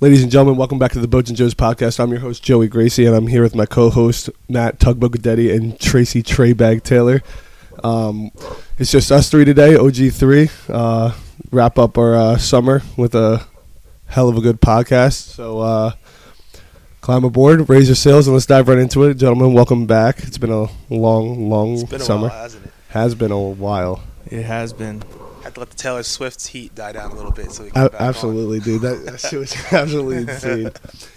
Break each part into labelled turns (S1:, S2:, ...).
S1: Ladies and gentlemen, welcome back to the Boats and Joes podcast. I'm your host Joey Gracie, and I'm here with my co-host Matt Tugboat Goodetti and Tracy Traybag Taylor. Um, it's just us three today, OG three. Uh, wrap up our uh, summer with a hell of a good podcast. So uh, climb aboard, raise your sails, and let's dive right into it, gentlemen. Welcome back. It's been a long, long
S2: It's been a
S1: summer.
S2: while, hasn't it?
S1: Has been a while.
S3: It has been.
S2: Had to let the Taylor Swift's heat die down a little bit so we can
S1: A-
S2: get back on.
S1: absolutely, dude. That, that shit was absolutely insane.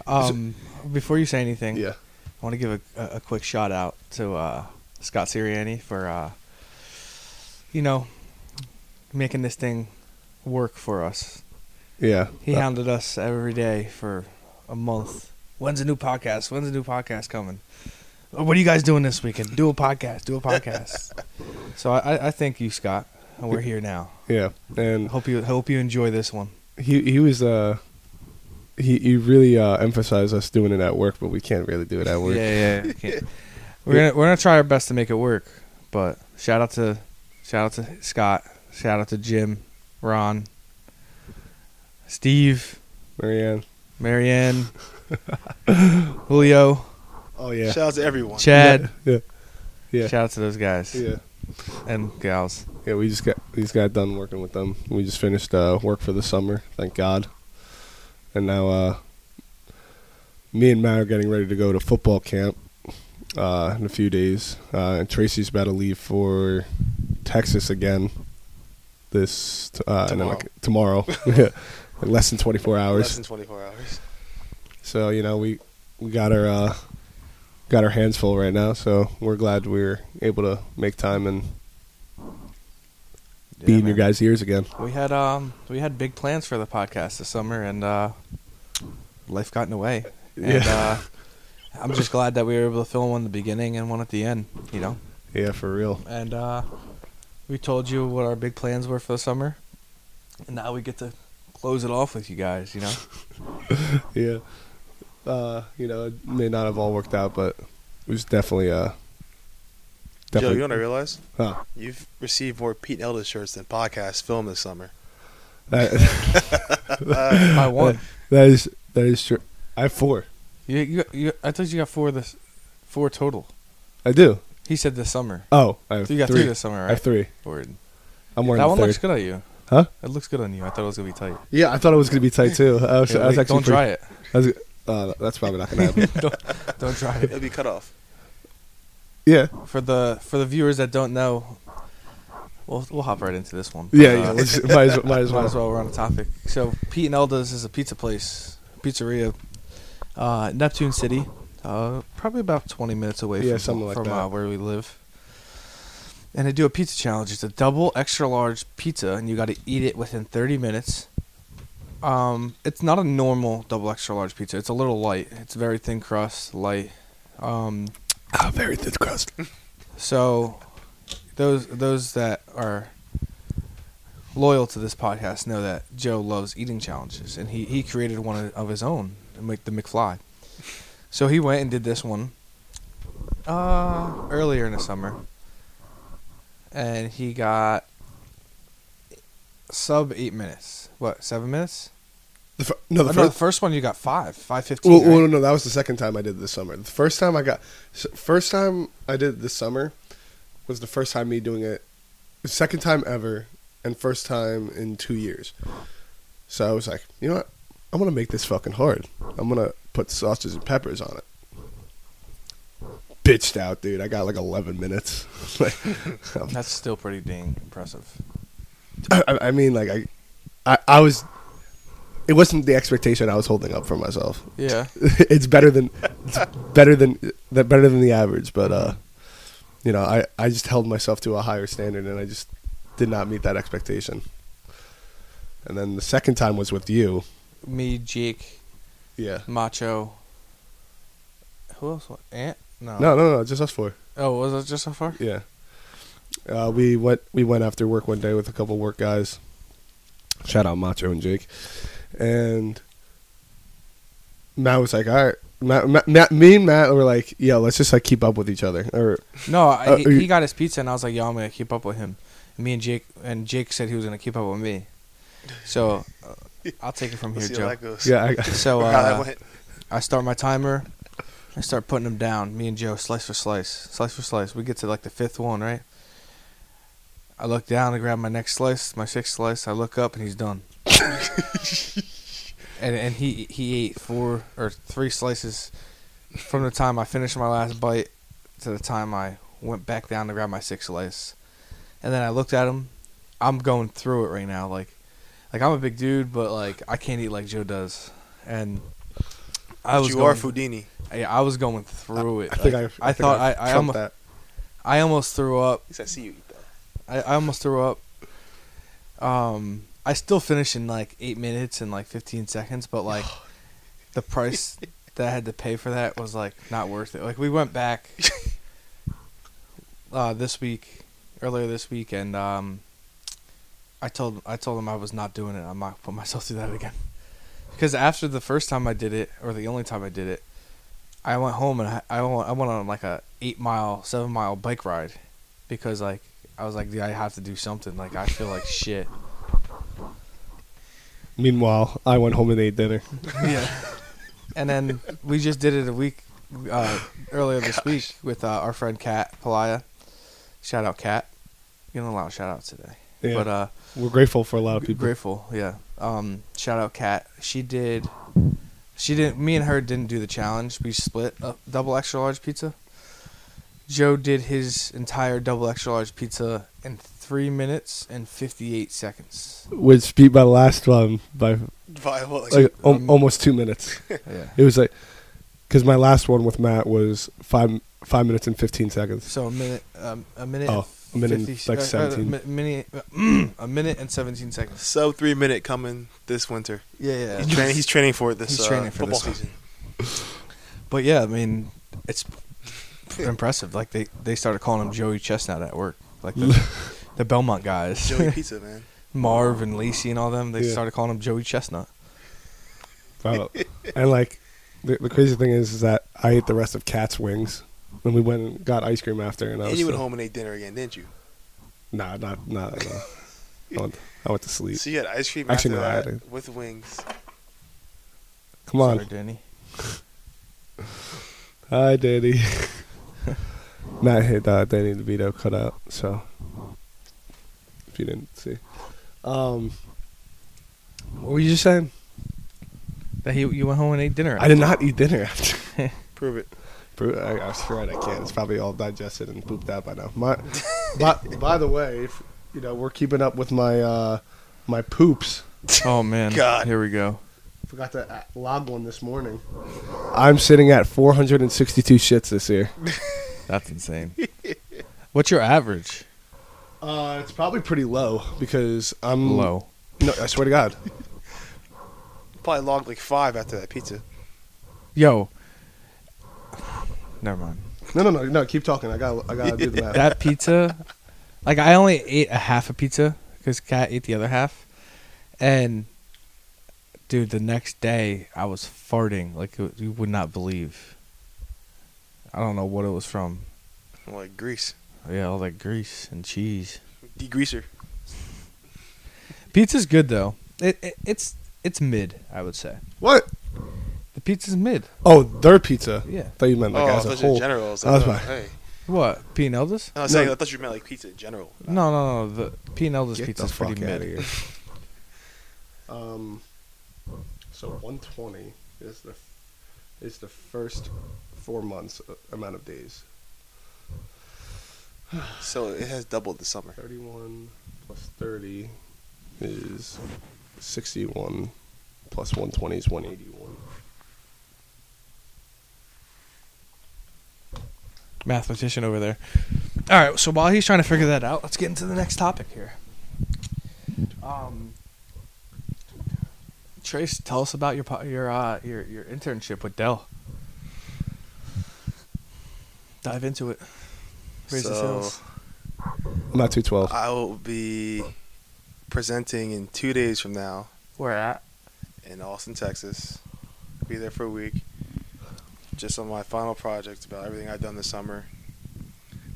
S3: Um, before you say anything,
S1: Yeah.
S3: I want to give a, a, a quick shout out to uh, Scott Sirianni for, uh, you know, making this thing work for us.
S1: Yeah.
S3: He hounded us every day for a month. When's a new podcast? When's a new podcast coming? Oh, What are you guys doing this weekend? Do a podcast. Do a podcast. so I, I, I thank you, Scott. And we're here now.
S1: yeah. And
S3: Hope you hope you enjoy this one.
S1: he he was uh he he really uh emphasized us doing it at work, but we can't really do it at work.
S3: Yeah, yeah. yeah. we're gonna we're gonna try our best to make it work. But shout out to shout out to Scott. Shout out to Jim, Ron, Steve,
S1: Marianne.
S3: Marianne, Julio,
S1: Oh yeah.
S2: Shout out to everyone.
S3: Chad.
S1: Yeah. Yeah.
S3: Shout out to those guys
S1: Yeah.
S3: and gals.
S1: Yeah, we just got we just got done working with them. We just finished uh work for the summer, thank God. And now uh me and Matt are getting ready to go to football camp uh in a few days. Uh and Tracy's about to leave for Texas again this t- uh and then, like, tomorrow. Yeah. In less than 24 hours.
S2: Less than 24 hours.
S1: So you know we we got our uh, got our hands full right now. So we're glad we were able to make time and
S3: Yeah,
S1: be in
S3: man.
S1: your guys' ears again.
S3: We had um we had big plans for the podcast this summer and uh, life got in the way. And,
S1: Yeah.
S3: uh, I'm just glad that we were able to film one in the beginning and one at the end. You know.
S1: Yeah, for real.
S3: and uh, we told you what our big plans were for the summer, and now we get to close it off with you guys. You know,
S1: Yeah. Uh, you know, it may not have all worked out, but it was definitely uh
S2: Joe,
S1: definitely.
S2: you want to realize?
S1: Huh.
S2: You've received more Pete Elder shirts than podcast film this summer.
S1: that,
S3: I won.
S1: that is that is true. I have four.
S3: You, you, you, I thought you got four this, four total.
S1: I do.
S3: He said this summer.
S1: Oh, I have
S3: So you got three,
S1: three.
S3: this summer, right?
S1: I have three.
S3: Word.
S1: I'm
S3: That
S1: wearing
S3: one
S1: the third.
S3: looks good on you.
S1: Huh?
S3: It looks good on you. I thought it was gonna be tight.
S1: Yeah, I thought it was gonna be tight too. I was,
S3: Here,
S1: I was
S3: wait,
S1: actually pretty-
S3: don't try it.
S1: I was- uh, that's probably not gonna happen.
S3: Don't try it.
S2: It'll be cut off.
S1: yeah,
S3: For the for the viewers that don't know, we'll we'll hop right into this one.
S1: yeah,
S3: But,
S1: yeah.
S3: uh,
S1: Let's, might as well. Might as
S3: Might
S1: well.
S3: as well. We're on the topic. So Pete and Elda's is a pizza place, pizzeria, uh, Neptune City, uh, probably about 20 minutes away
S1: Yeah,
S3: from,
S1: something like
S3: from
S1: that.
S3: Uh, where we live. And they do a pizza challenge. It's a double extra large pizza, and you got to eat it within 30 minutes. Um, it's not a normal double extra large pizza. It's a little light. It's very thin crust, light. Um,
S1: Ah, very thin crust.
S3: so, those those that are loyal to this podcast know that Joe loves eating challenges, and he he created one of his own, like the McFly. So he went and did this one uh, earlier in the summer, and he got sub eight minutes. What seven minutes?
S1: The fir- no,
S3: Oh,
S1: the
S3: no, the
S1: first.
S3: first one you got five, five fifteen.
S1: Well,
S3: right?
S1: well, no, that was the second time I did it this summer. The first time I got, s- first time I did it this summer, was the first time me doing it, the second time ever, and first time in two years. So I was like, you know what, I'm gonna make this fucking hard. I'm gonna put sausages and peppers on it. Bitched out, dude. I got like 11 minutes. like, I'm
S3: That's still pretty dang impressive.
S1: I, I mean, like I, I, I was. It wasn't the expectation I was holding up for myself.
S3: Yeah.
S1: it's better than, it's better than that better than the average. But uh, you know, I I just held myself to a higher standard, and I just did not meet that expectation. And then the second time was with you.
S3: Me, Jake,
S1: Yeah.
S3: Macho. Who else? wa- Ant? No.
S1: No, no, no, just us four.
S3: Oh, was it just so far?
S1: Yeah. Uh, we went we went after work one day with a couple work guys. Shout out Macho and Jake. And Matt was like, "All right, Matt, Matt, Matt- me and Matt were like, yeah, let's just like keep up with each other." Or
S3: No, I,
S1: Uh,
S3: he,
S1: are you-
S3: he got his pizza, and I was like, "Yo, I'm gonna keep up with him." Me and Jake, and Jake said he was gonna keep up with me. So uh, I'll take it from
S2: We'll
S3: here,
S2: see how
S3: Joe.
S2: that goes.
S1: Yeah, I,
S3: So
S2: Or how that
S3: uh,
S2: went.
S3: I start my timer. I start putting them down. Me and Joe, slice for slice, slice for slice. We get to like the fifth one, right? I look down. I grab my next slice, my sixth slice. I look up, and he's done. and and he he ate four or three slices from the time I finished my last bite to the time I went back down to grab my sixth slice. And then I looked at him. I'm going through it right now, like like I'm a big dude, but like I can't eat like Joe does. And I
S2: But
S3: was
S2: you
S3: going,
S2: are Foodini.
S3: I, I was going through it.
S1: I think I,
S3: like,
S1: I, think
S3: thought I I,
S1: trumped
S3: almost,
S1: that.
S3: I almost threw up.
S2: At least I see you eat that.
S3: I, I almost threw up. Um, I still finished in like eight minutes and like fifteen seconds, but like the price that I had to pay for that was like not worth it. Like we went back uh, this week, earlier this week, and um, I told I told him I was not doing it. I'm not putting myself through that again. Because after the first time I did it, or the only time I did it, I went home and I I went, I went on like a eight mile, seven mile bike ride, because like I was like, dude, I have to do something. Like I feel like shit.
S1: Meanwhile, I went home and ate dinner.
S3: yeah. And then we just did it a week uh, earlier this week with uh, our friend Kat Palaya. Shout out Kat. You don't allow shout outs today.
S1: Yeah,
S3: But uh,
S1: we're grateful for a lot of
S3: G-
S1: people.
S3: Grateful, yeah. Um, shout out Kat. She did. She didn't. Me and her didn't do the challenge. We split a double extra large pizza. Joe did his entire double extra large pizza in three minutes and fifty eight seconds.
S1: Which beat my last one by
S2: By what, like,
S1: like
S3: um,
S1: um, almost two minutes.
S3: Yeah.
S1: It was like because my last one with Matt was five five minutes and fifteen seconds.
S3: So a minute, um, a minute.
S1: Oh, a minute and,
S3: 50
S1: like, 17.
S3: A, minute, a minute and seventeen seconds.
S2: sub three minute coming this winter.
S3: Yeah, yeah.
S2: He's training. He's training for it this
S3: He's
S2: uh,
S3: training for
S2: football
S3: this.
S2: season.
S3: But yeah, I mean, it's impressive. Like they, they started calling him Joey Chestnut at work. Like the, the Belmont guys,
S2: Joey Pizza, man.
S3: Marv and Lacey and all them. They
S1: Yeah.
S3: started calling him Joey Chestnut.
S1: Wow. and like the, the crazy thing is, is that I ate the rest of Cat's wings. Then we went and got ice cream after, and I
S2: And
S1: was
S2: you went
S1: still-
S2: home and ate dinner again, didn't you?
S1: Nah, not not at all. I, went, I went to sleep.
S2: So you had ice cream
S1: Actually,
S2: after
S1: no, I
S2: that
S1: didn't.
S2: with wings.
S1: Come on,
S3: Sorry, Danny.
S1: hi Danny. Matt hit uh, Danny DeVito cut out. So if you didn't see, um, what were you just saying?
S3: That he, you went home and ate dinner.
S1: I did not eat dinner after.
S2: Prove it.
S1: Bru- I, I swear I can't. It's probably all digested and pooped out by now. My, by, by the way, if, you know we're keeping up with my uh, my poops.
S3: Oh man,
S2: God.
S3: here we go.
S1: Forgot to uh, log one this morning. I'm sitting at 462 shits this year.
S3: That's insane. What's your average?
S1: Uh, it's probably pretty low because I'm
S3: Low.
S1: No, I swear to God.
S2: Probably logged like five after that pizza.
S3: Yo. Never mind.
S1: No, no, no, no. Keep talking. I got, to I gotta do the math.
S3: that pizza, like I only ate a half a pizza because Kat ate the other half, and dude, the next day I was farting like it, you would not believe. I don't know what it was from.
S2: Like grease,
S3: Yeah, all that grease and cheese.
S2: degreaser.
S3: Pizza's good though. It, it it's it's mid, I would say.
S1: What?
S3: The pizza's mid.
S1: Oh, their pizza.
S3: Yeah.
S1: thought you meant like
S2: oh, I
S1: as a
S2: thought you in
S1: whole.
S2: general. I was
S1: I
S2: like,
S1: was
S2: oh,
S1: like-
S2: hey.
S3: What? P and Elda's?
S2: No, I was
S1: No.
S2: saying I thought you meant like pizza in general.
S3: No, no, no. The P and Elda's
S1: Uh, Get
S3: pizza's
S1: the fuck
S3: pretty
S1: outta
S3: mid.
S1: here. um, so 120 is the is the first four months uh, amount of days.
S2: So it has doubled this summer.
S1: 31 plus 30 is 61 plus 120 is 181.
S3: mathematician over there. All right, so while he's trying to figure that out, let's get into the next topic here. Um, Trace, tell us about your po- your uh, your your internship with Dell. Dive into it. Raise the
S2: So-
S3: sails.
S1: I'm at 212.
S2: I will be presenting in two days from now
S3: Where at?
S2: in Austin, Texas. Be there for a week. Just on my final project about everything I've done this summer.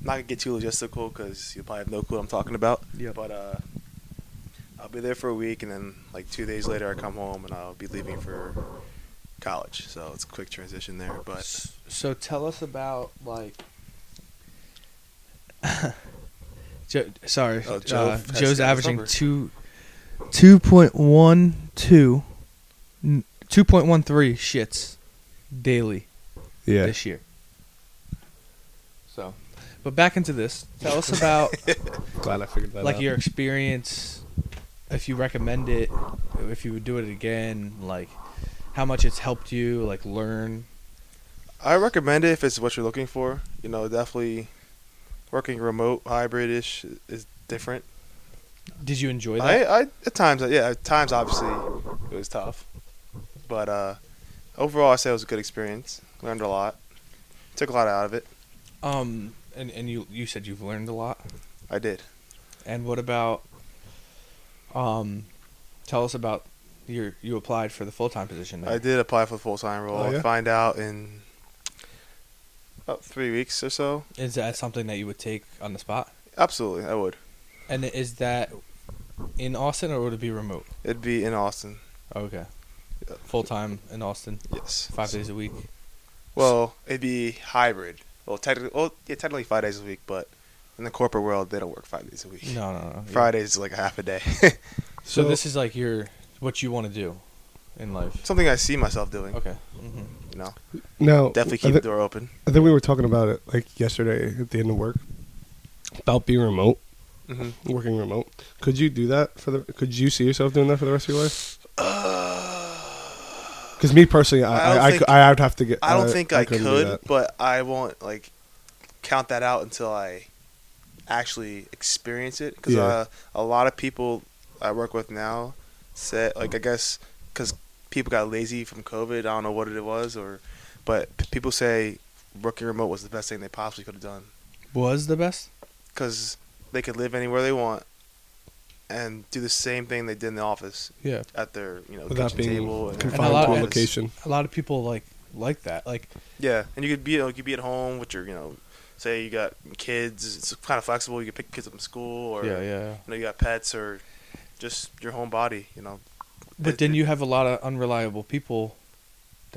S2: not gonna get too logistical because you probably have no clue what I'm talking about.
S3: Yep.
S2: But uh, I'll be there for a week, and then like two days later, I come home and I'll be leaving for college. So it's a quick transition there. But
S3: S- So tell us about like. Joe, sorry,
S2: Oh, Joe
S3: uh,
S2: has
S3: Joe's
S2: got his
S3: averaging
S2: number.
S3: two, two point one two, two point one three shits daily
S1: Yeah.
S3: this year. So, but back into this. Tell us about
S1: Glad I figured that
S3: like
S1: out.
S3: your experience if you recommend it if you would do it again like how much it's helped you like learn
S2: I recommend it if it's what you're looking for. You know, definitely working remote, hybrid ish is different.
S3: did you enjoy that
S2: I, I at times, yeah, at times obviously it was tough, but uh, overall I say it was a good experience. Learned a lot, took a lot out of it.
S3: um and, and you you said you've learned a lot
S2: I did.
S3: and what about um tell us about your you applied for the full-time position
S2: I
S3: there.
S2: did apply for the full time role.
S1: Oh, yeah?
S2: I'll find out in about three weeks or so.
S3: is that something that you would take on the spot
S2: Absolutely, I would.
S3: and is that in austin or would it be remote
S2: It'd be in Austin.
S3: Oh, okay full-time in austin
S2: Yes.
S3: five days a week
S2: Well, it'd be hybrid. Well, technically, well, yeah, technically five days a week, but in the corporate world, they don't work five days a week.
S3: no no no
S2: Fridays is like a half a day.
S3: So,
S1: So-
S3: this is like your what you want to do in life.
S2: Something I see myself doing.
S3: Okay. hmm
S2: You know,
S1: now,
S2: definitely
S1: I
S2: keep
S1: thi-
S2: the door open.
S1: I think we were talking about it like yesterday at the end of work about being remote,
S2: Mm-hmm.
S1: working remote. Could you do that for the? Could you see yourself doing that for the rest of your life? Because me personally,
S2: Uh, I
S1: I
S2: don't
S1: I, I,
S2: think-
S1: cou- I would have to get. uh,
S2: I don't think I,
S1: couldn't do
S2: could,
S1: that.
S2: but I won't like count that out until I actually experience it. Because
S1: Yeah.
S2: uh, a lot of people I work with now said, like, I guess because people got lazy from COVID. I don't know what it was, or but p- people say working remote was the best thing they possibly could have done
S3: Was the best?
S2: because they could live anywhere they want and do the same thing they did in the office
S3: Yeah.
S2: at their you know
S1: Without
S2: kitchen
S1: being
S2: table and-
S1: confined
S3: a lot
S1: to a
S3: of-
S1: location.
S3: A lot of people like like that. Like
S2: Yeah, and you could be like you be at home with your you know, say you got kids. It's kind of flexible. You can pick kids up from school, or
S3: yeah,
S2: you
S3: yeah.
S2: know you got pets, or just your home body. You know,
S3: But then you have a lot of unreliable people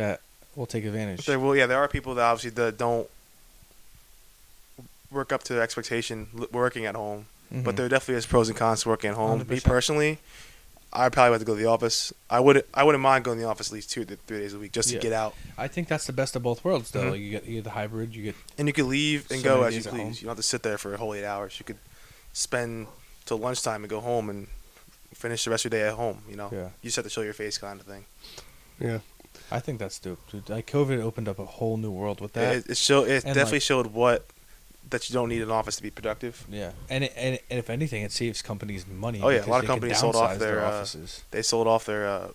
S3: that will take advantage.
S2: there will yeah there are people that obviously that don't work up to the expectation l- working at home. But
S3: Mhm.
S2: there definitely is pros and cons to working at home. Me
S3: 100%.
S2: personally, I probably have to go to the office. I would I wouldn't mind going to the office at least two to three days a week just
S3: Yeah.
S2: to get out.
S3: I think that's the best of both worlds though.
S2: Mhm.
S3: Like you get you get the hybrid, you get
S2: And you could leave and
S3: So
S2: go
S3: many
S2: as you
S3: days at
S2: please. You
S3: home.
S2: don't have to sit there for a whole eight hours. You could spend till lunchtime and go home and finish the rest of your day at home. You know,
S3: Yeah.
S2: you just have to show your face kind of thing.
S1: Yeah.
S3: I think that's dope. Dude. Like COVID opened up a whole new world with that.
S2: It, it show it
S3: and,
S2: definitely
S3: like-
S2: showed what that you don't need an office to be productive.
S3: yeah. And, it, and it- and if anything it saves companies money
S2: Oh, yeah, a
S3: because
S2: lot of
S3: they can
S2: companies sold off
S3: downsize
S2: their, uh,
S3: offices.
S2: They sold off their uh,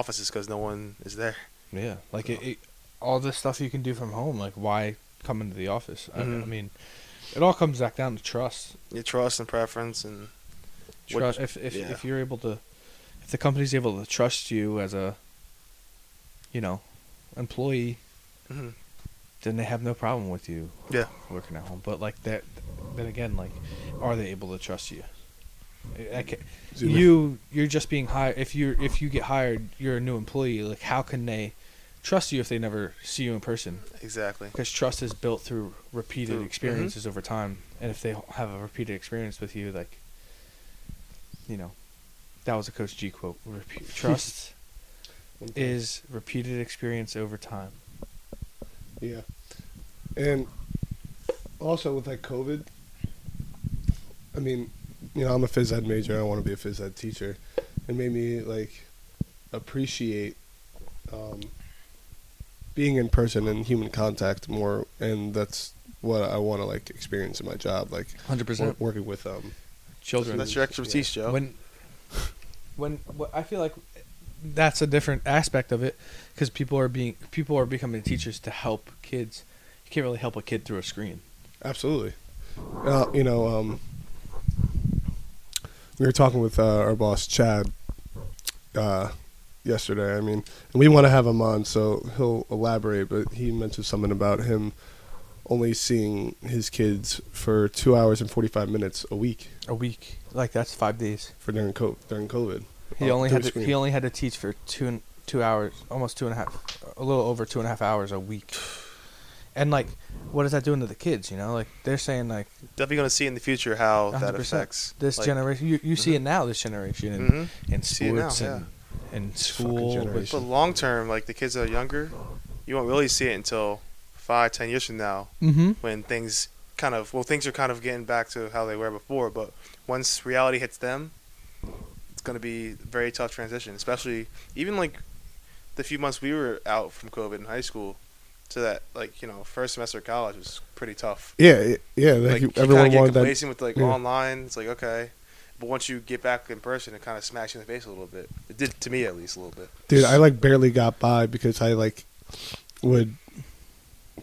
S2: offices because no one is there.
S3: Yeah, like it,
S2: So-
S3: it, all the stuff you can do from home. Like why come into the office? I, I
S2: Mhm.
S3: mean, it all comes back down to trust.
S2: Your trust and preference and What-
S3: Trust. If if,
S2: yeah.
S3: if you're able to, if the company's able to trust you as a, you know, employee,
S2: Mhm.
S3: then they have no problem with you
S2: yeah,
S3: working at home. But like that, then again, like, are they able to trust you? I- I ca- you you're just being hired. If you are if you get hired, you're a new employee. Like, how can they trust you if they never see you in person?
S2: exactly.
S3: because trust is built through repeated
S2: Through- mm-hmm.
S3: experiences over time and if they have a repeated experience with you like you know that was a coach g quote Repe- trust is repeated experience over time
S1: Yeah. And also with like COVID, I mean, you know, I'm a phys ed major. I want to be a phys ed teacher. It made me like appreciate um, being in person and human contact more, and that's what I want to like experience in my job, like
S3: 100%
S1: wor- working with um.
S3: children
S2: That's your expertise, Joe.
S3: when when what I feel like that's a different aspect of it because people are being people are becoming teachers to help kids you can't really help a kid through a screen
S1: Absolutely. Uh, you know, um, we were talking with uh, our boss Chad uh, yesterday. I mean, and we want to have him on, so he'll elaborate. But he mentioned something about him only seeing his kids for two hours and forty five minutes a week
S4: a week. Like that's five days.
S1: for during co- during COVID.
S4: He
S1: Oh,
S4: only
S1: through
S4: had to,
S1: screen.
S4: he only had to teach for two and- two hours, almost two and a half, a little over two and a half hours a week. And like, what is that doing to the kids? You know, like they're saying like
S2: Definitely gonna see in the future how that
S4: 100%.
S2: affects
S4: this
S2: like,
S4: generation. You, you
S1: mm-hmm.
S4: see it now, this generation, and,
S2: mhm.
S4: and
S2: See it now,
S4: sports and and
S1: Fucking
S4: school. with-
S1: generation.
S2: But long term, like the kids that are younger, you won't really see it until five, ten years from now
S4: Mhm.
S2: when things kind of well, things are kind of getting back to how they were before. But once reality hits them, it's going to be a very tough transition, especially even like the few months we were out from COVID in high school to that like you know first semester of college was pretty tough.
S1: Yeah, it- yeah. Like,
S2: Like, you
S1: everyone
S2: kind of get
S1: wanted that
S2: complacent with like
S1: yeah.
S2: online. It's like okay. But once you get back in person, it kind of smacks you in the face a little bit. It did to me, at least, a little bit.
S1: Dude, I like barely got by because I like would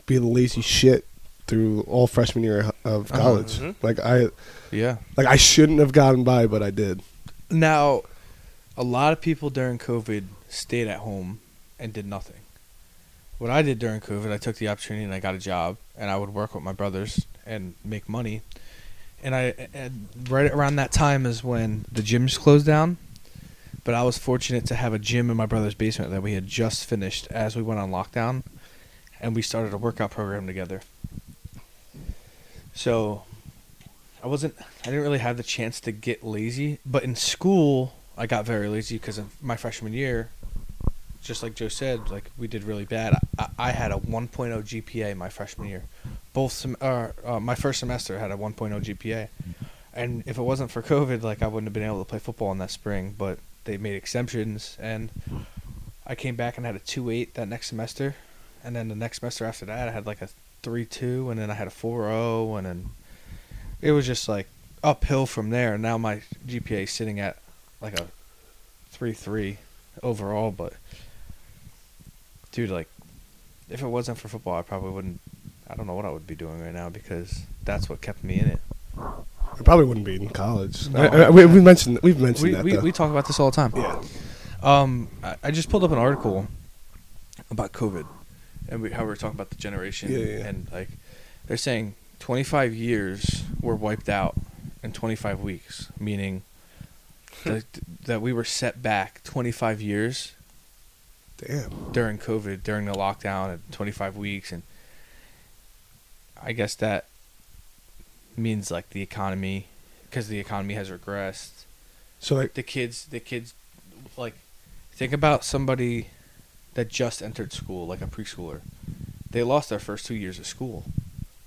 S1: be the lazy shit through all freshman year of
S4: Uh-huh.
S1: college.
S2: Mhm.
S3: Mm-hmm.
S1: Like I
S4: Yeah.
S1: like I shouldn't have gotten by, but I did.
S3: Now, a lot of people during COVID stayed at home and did nothing. What I did during COVID, I took the opportunity and I got a job, and I would work with my brothers and make money. And I and right around that time is when the gyms closed down. But I was fortunate to have a gym in my brother's basement that we had just finished as we went on lockdown, and we started a workout program together. So I wasn't I didn't really have the chance to get lazy, but in school I got very lazy because of my freshman year. Just like Joe said, like we did really bad. I, I had a 1.0 GPA my freshman year. Both sem- uh, uh, my first semester had a 1.0 GPA, and if it wasn't for COVID, like I wouldn't have been able to play football in that spring. But they made exemptions, and I came back and had a 2.8 that next semester, and then the next semester after that I had like a 3.2, and then I had a 4.0, and then it was just like uphill from there. Now my GPA is sitting at like a three three overall, but dude, like if it wasn't for football, I probably wouldn't. I don't know what I would be doing right now because that's what kept me in it.
S1: I probably wouldn't be in college.
S3: No,
S1: I, I- we, we mentioned we've mentioned
S3: We,
S1: that
S3: we,
S1: though.
S3: we talk about this all the time.
S1: yeah,
S3: Um, I, I just pulled up an article about COVID and we, how we were talking about the generation
S1: Yeah, yeah, yeah.
S3: and like they're saying 25 years were wiped out in 25 weeks, meaning that, that we were set back 25 years
S1: damn.
S3: during COVID, during the lockdown, and 25 weeks, and I guess that means like the economy, because the economy has regressed
S1: So like
S3: the kids the kids like think about somebody that just entered school like a preschooler they lost their first two years of school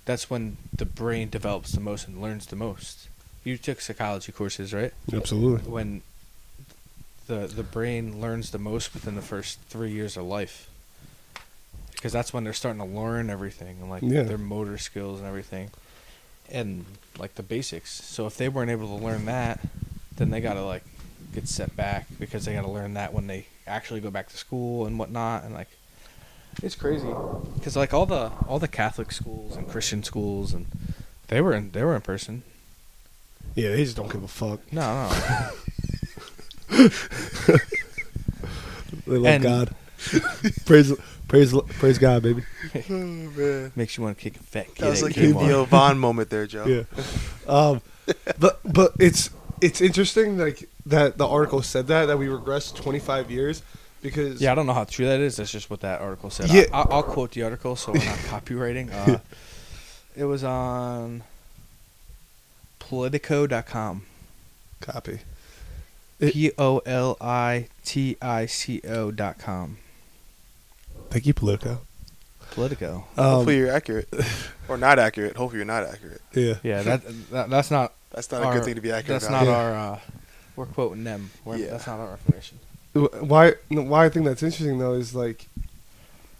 S3: that's when the brain develops the most and learns the most you took psychology courses right
S1: absolutely.
S3: when the the brain learns the most within the first three years of life because that's when they're starting to learn everything and like
S1: Yeah.
S3: their motor skills and everything and like the basics so if they weren't able to learn that then they gotta like get set back because they gotta learn that when they actually go back to school and whatnot and like it's crazy because like all the all the catholic schools and christian schools and they were in they were in person
S1: Yeah, they just don't give a fuck.
S3: no no
S1: They love
S3: And-
S1: God. praise praise praise God, baby.
S2: Oh man.
S3: makes you want to kick a fat kid
S2: That was
S3: at
S2: like
S1: yeah,
S2: a
S3: Kmart.
S1: Kmart.
S2: Theo Vaughn moment there, Joe.
S1: yeah. Um, but but it's it's interesting like that the article said that that we regressed 25 years because
S3: Yeah, I don't know how true that is. That's just what that article said.
S1: Yeah.
S3: I, I'll, I'll quote the article so we're not copywriting. Uh, it was on politico.com.
S1: copy. It-
S3: P O L I T I C O.com.
S1: Thank you, Politico.
S3: Politico.
S1: Um,
S2: Hopefully you're accurate, or not accurate. Hopefully you're not accurate.
S1: yeah.
S3: Yeah, that, that that's not
S2: That's not a
S3: our-
S2: good thing to be accurate.
S3: That's
S2: about.
S3: not
S1: Yeah.
S3: our. Uh, we're quoting them. We're,
S2: Yeah.
S3: That's not our information.
S1: Wh- Why no, why I think that's interesting though is like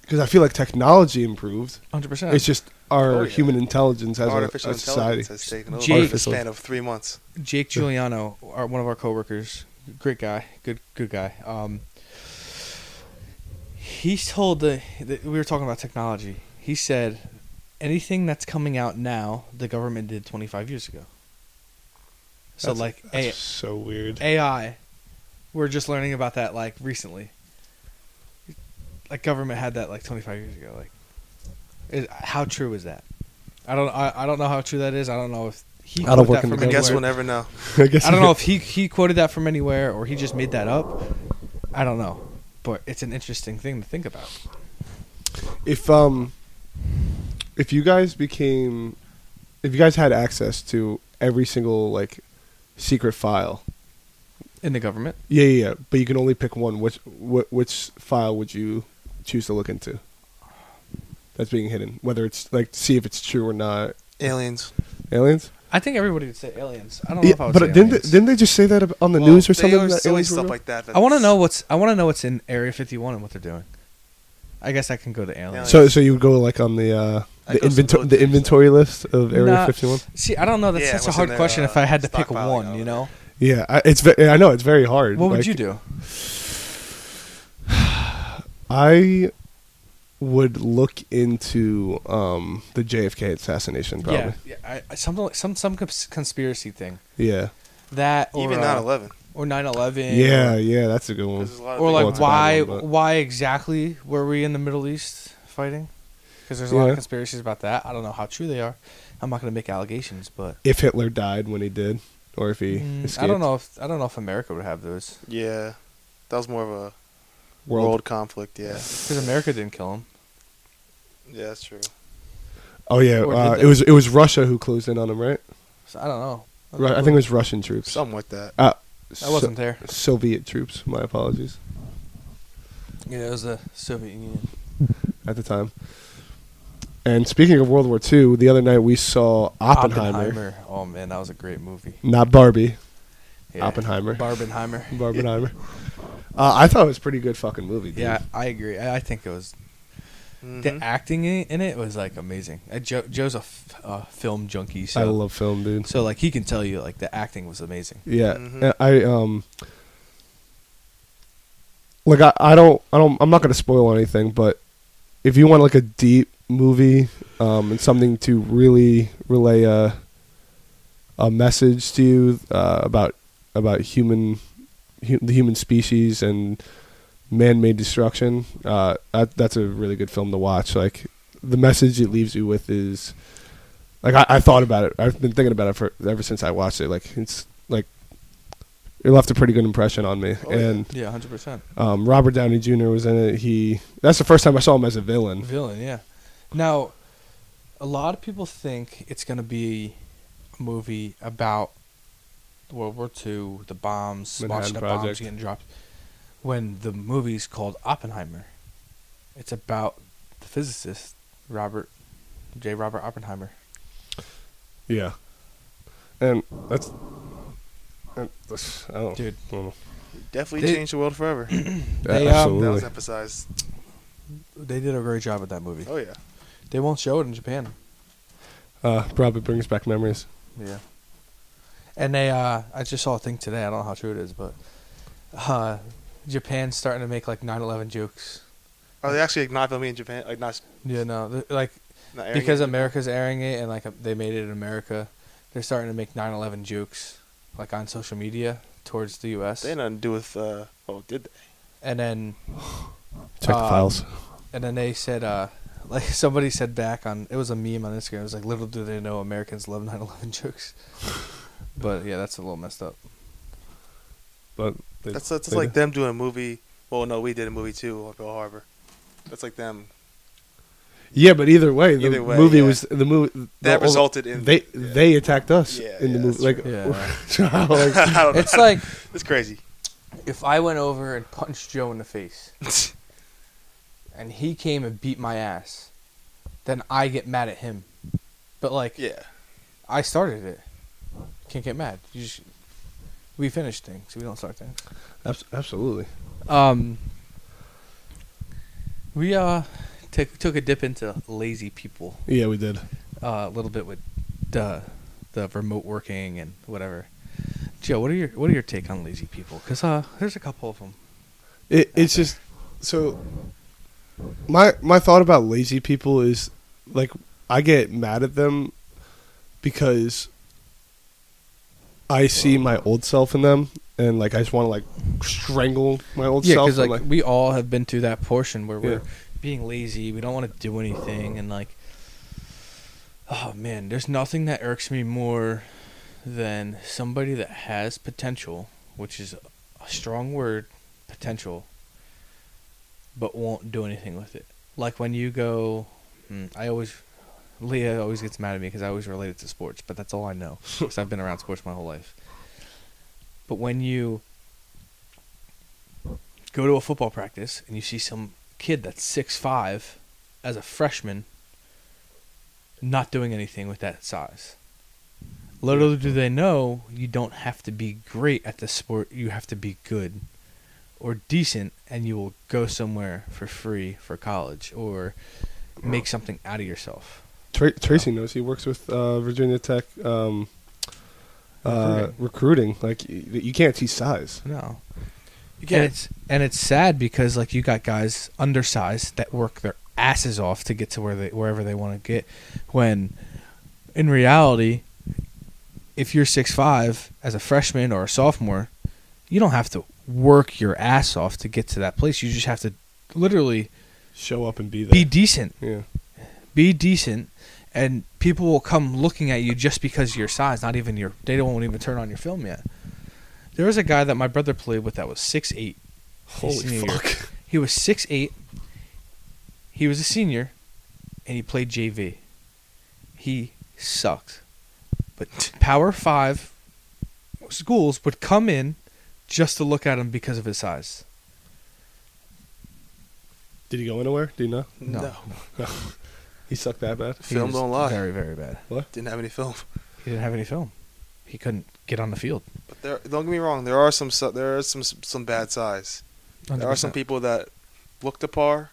S1: because I feel like technology improved.
S3: Hundred percent.
S1: It's just our
S2: Oh, yeah.
S1: human intelligence as a,
S2: artificial
S1: a society.
S2: intelligence has taken over
S3: Jake-
S2: in the span of three months.
S3: Jake Giuliano, our, one of our coworkers, great guy, good good guy. Um, he told the, the we were talking about technology. He said anything that's coming out now, the government did 25 years ago. So
S1: That's-
S3: like
S1: that's
S3: A-
S1: so weird.
S3: AI, we're just learning about that like recently. Like government had that like 25 years ago. Like, is, how true is that? I don't. I, I don't know how true that is. I don't know if he.
S1: I don't
S3: quoted
S1: work
S3: that
S1: in the
S3: from
S2: I guess
S3: anywhere.
S2: we'll never know.
S1: I guess
S3: I don't know if he he quoted that from anywhere or he just made that up. I don't know, but it's an interesting thing to think about.
S1: if um if you guys became if you guys had access to every single like secret file
S3: In the government,
S1: yeah yeah, yeah but you can only pick one which wh- which file would you choose to look into that's being hidden whether it's like to see if it's true or not
S2: Aliens.
S1: aliens
S3: I think everybody would say aliens. I don't know
S1: yeah,
S3: if I would
S1: but
S3: say
S1: didn't they,
S3: aliens.
S1: didn't they just say that ab- on the
S2: Well,
S1: news or
S2: they
S1: something
S2: always
S1: that
S2: say
S1: aliens were
S2: stuff
S1: real?
S2: like that.
S3: I want to
S2: that's-
S3: know what's I want to know what's in Area 51 and what they're doing. I guess I can go to aliens.
S1: so so you would go like on the uh
S2: I
S1: the
S2: go
S1: inventory the
S2: some road trips, though.
S1: inventory list of area
S3: Nah.
S1: 51
S3: See, I don't know. That's
S2: Yeah,
S3: such
S2: what's
S3: a
S2: in
S3: hard
S2: their,
S3: question. if
S2: uh,
S3: I had to pick
S2: stockpiling
S3: one,
S2: of
S3: you
S2: it.
S3: know,
S1: yeah I, it's ve- i know it's very hard
S3: what would
S1: like,
S3: you do?
S1: I would look into um, the JFK assassination, probably.
S3: Yeah, yeah I, I- something like some some cons- conspiracy thing
S1: Yeah,
S3: that or
S2: Even
S3: uh,
S2: 9/11.
S3: or 9/11
S1: yeah, yeah.
S3: or-
S1: that's a good one.
S2: 'cause there's a lot of
S3: or
S1: Well,
S2: things
S3: like
S1: it's a bad
S3: why
S1: one, but-
S3: why exactly were we in the Middle East fighting? Because there's a lot
S1: Yeah.
S3: of conspiracies about that. I don't know how true they are. I'm not going to make allegations, but
S1: If Hitler died when he did, or if he
S3: Mm,
S1: escaped,
S3: I don't know if I don't know if America would have those
S2: Yeah, that was more of a world,
S1: World.
S2: conflict. Yeah,
S3: because America didn't kill him.
S2: yeah, that's true.
S1: Oh yeah,
S3: Or did
S1: uh,
S3: they?
S1: it was it was Russia who closed in on him, right?
S3: So I don't know.
S1: Right. I think it was Russian troops.
S2: Something like that.
S1: uh,
S3: I wasn't there.
S1: So- Soviet troops. My apologies.
S3: Yeah, it was the Soviet Union.
S1: At the time. And speaking of World War II, the other night we saw Oppenheimer,
S3: Oh man, that was a great movie.
S1: not Barbie.
S3: Yeah.
S1: Oppenheimer.
S3: Barbenheimer.
S1: Barbenheimer. Uh, I thought it was a pretty good fucking movie. Dude.
S3: Yeah, I agree. I, I think it was
S2: Mhm.
S1: Mm-hmm.
S3: the acting in, in it was like amazing. Uh, Joe, Joe's a f- uh, film junkie, so
S1: I love film, dude.
S3: so mm-hmm. like he can tell you like the acting was amazing.
S1: Yeah,
S2: Mhm.
S1: I um, like I, I don't I don't I'm not gonna spoil anything, but if you want like a deep movie um and something to really relay a a message to you uh, about about human hu- the human species and man-made destruction, uh, that, that's a really good film to watch. Like the message it leaves you with is like I, I thought about it. I've been thinking about it for ever since I watched it. Like it's like it left a pretty good impression on me.
S2: Oh, yeah.
S1: and
S3: Yeah, hundred percent.
S1: um, Robert Downey Jr. was in it. He that's the first time I saw him as a villain.
S3: Villain, yeah. Now, a lot of people think it's gonna be a movie about World War II, the bombs,
S1: Manhattan
S3: watching the bombs
S1: Project.
S3: getting dropped. When the movie's called Oppenheimer, it's about the physicist Robert J. Robert Oppenheimer.
S1: Yeah, and that's. and that's- I don't,
S3: Dude.
S1: I don't know.
S2: Definitely
S3: They-
S2: changed the world forever.
S3: They, um,
S2: That
S1: absolutely.
S2: was emphasized.
S3: They did a great job with that movie.
S2: Oh yeah.
S3: They won't show it in Japan.
S1: uh, probably brings back memories.
S3: Yeah. And they, uh, I just saw a thing today. I don't know how true it is, but uh, Japan's starting to make like 9/11 jokes.
S2: Are Oh, they actually not filming in Japan? Like not,
S3: You know, th- like
S2: not airing
S3: because
S2: it?
S3: America's airing it and like they made it in America, they're starting to make 9/11 jokes like on social media towards the U.S.
S2: they had nothing to do with. Uh, oh, did they?
S3: and then
S1: Check the
S3: Um,
S1: files.
S3: and then they said uh, like somebody said back on it was a meme on Instagram. It was like little do they know Americans love 9/11 jokes. but yeah, that's a little messed up.
S1: But they-
S2: That's that's
S1: they-
S2: like them doing a movie. Well, no, we did a movie too on Pearl Harbor. That's like them.
S1: yeah, but either way, the
S2: Either way,
S1: movie
S2: yeah.
S1: was the movie
S2: That resulted in.
S1: They they attacked us
S2: Yeah,
S1: in the
S2: yeah,
S1: movie.
S2: that's
S1: Like,
S2: true.
S3: Yeah.
S1: like,
S2: I don't know.
S3: it's like
S2: it's crazy.
S3: if I went over and punched Joe in the face and he came and beat my ass, then I get mad at him. But like
S2: Yeah.
S3: I started it. Can't get mad. You just we finish things. We don't start things.
S1: abs- absolutely.
S3: Um we uh took took a dip into lazy people
S1: Yeah, we did.
S3: uh, a little bit with the the remote working and whatever. Joe, what are your what are your take on lazy people? Cuz uh there's a couple of them.
S1: It, it's just so. My my thought about lazy people is like I get mad at them because I see my old self in them, and like I just want to like strangle my old
S3: Yeah,
S1: self.
S3: because like,
S1: and, like,
S3: we all have been through that portion where we're
S1: Yeah.
S3: being lazy, we don't want to do anything, and like Oh man, there's nothing that irks me more than somebody that has potential, which is a strong word, potential, but won't do anything with it. Like when you go, mm, I always, Leah always gets mad at me because I always relate it to sports, but that's all I know because I've been around sports my whole life. But when you go to a football practice and you see some kid that's six five as a freshman not doing anything with that size. Little do they know you don't have to be great at the sport, you have to be good or decent and you will go somewhere for free for college or make something out of yourself.
S1: Tra- Tracy knows he works with uh, Virginia Tech um, uh, recruiting. Like y- you can't teach size.
S3: No.
S2: You
S3: And
S2: can't.
S3: it's and it's sad because like you got guys undersized that work their asses off to get to where they wherever they want to get when in reality if you're 6'5 as a freshman or a sophomore you don't have to work your ass off to get to that place you just have to literally
S1: Show up and be there.
S3: be decent
S1: yeah.
S3: be decent and people will come looking at you just because of your size not even your they don't even turn on your film yet there was a guy that my brother played with that was 6'8
S1: Holy
S3: senior year.
S1: fuck.
S3: He was six eight. He was a senior, and he played JV. He sucked, but Power Five schools would come in just to look at him because of his size.
S1: Did he go anywhere? Do you know?
S3: No.
S1: He sucked that bad.
S3: He
S2: Film
S3: was
S2: don't lie.
S3: Very very bad.
S2: Didn't have any film.
S3: He didn't have any film. He couldn't get on the field.
S2: But there, don't get me wrong. There are some. si- There are some some bad size. There are some
S3: 100%.
S2: people that look the par,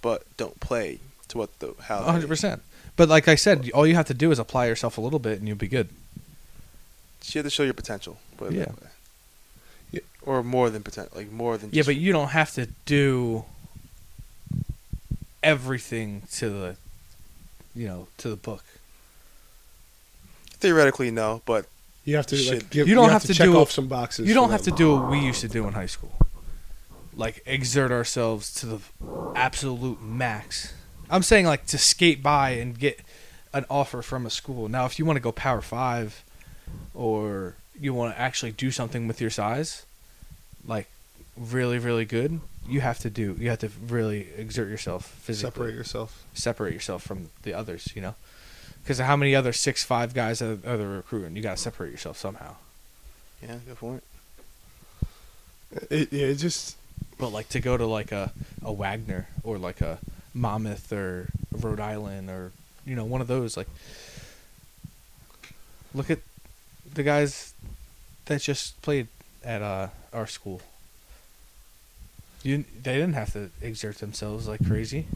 S2: but don't play to what the how. they-
S3: 100%. But like I said, all you have to do is apply yourself a little bit, and you'll be good.
S2: You have to show your potential. But
S3: Yeah.
S1: Yeah.
S2: Or more than potential, like more than.
S3: Yeah,
S2: just-
S3: but you don't have to do everything to the you know, to the book.
S2: theoretically no. But
S1: You have to like
S2: Shit.
S1: give,
S3: You don't have to
S1: check
S3: do a-
S1: off some boxes.
S3: You don't
S1: for
S3: have to
S1: them.
S3: do what we used to do in high school. Like exert ourselves to the absolute max. I'm saying like to skate by and get an offer from a school. Now if you want to go power 5 or you want to actually do something with your size, like really really good, you have to do you have to really exert yourself physically.
S1: separate yourself.
S3: separate yourself from the others, you know? Because how many other six five guys are, are there recruiting? You got to separate yourself somehow.
S2: yeah, good point.
S1: It, yeah, it just
S3: But like to go to like a, a Wagner or like a Monmouth or Rhode Island or you know one of those like look at the guys that just played at uh, our school. You they didn't have to exert themselves like crazy.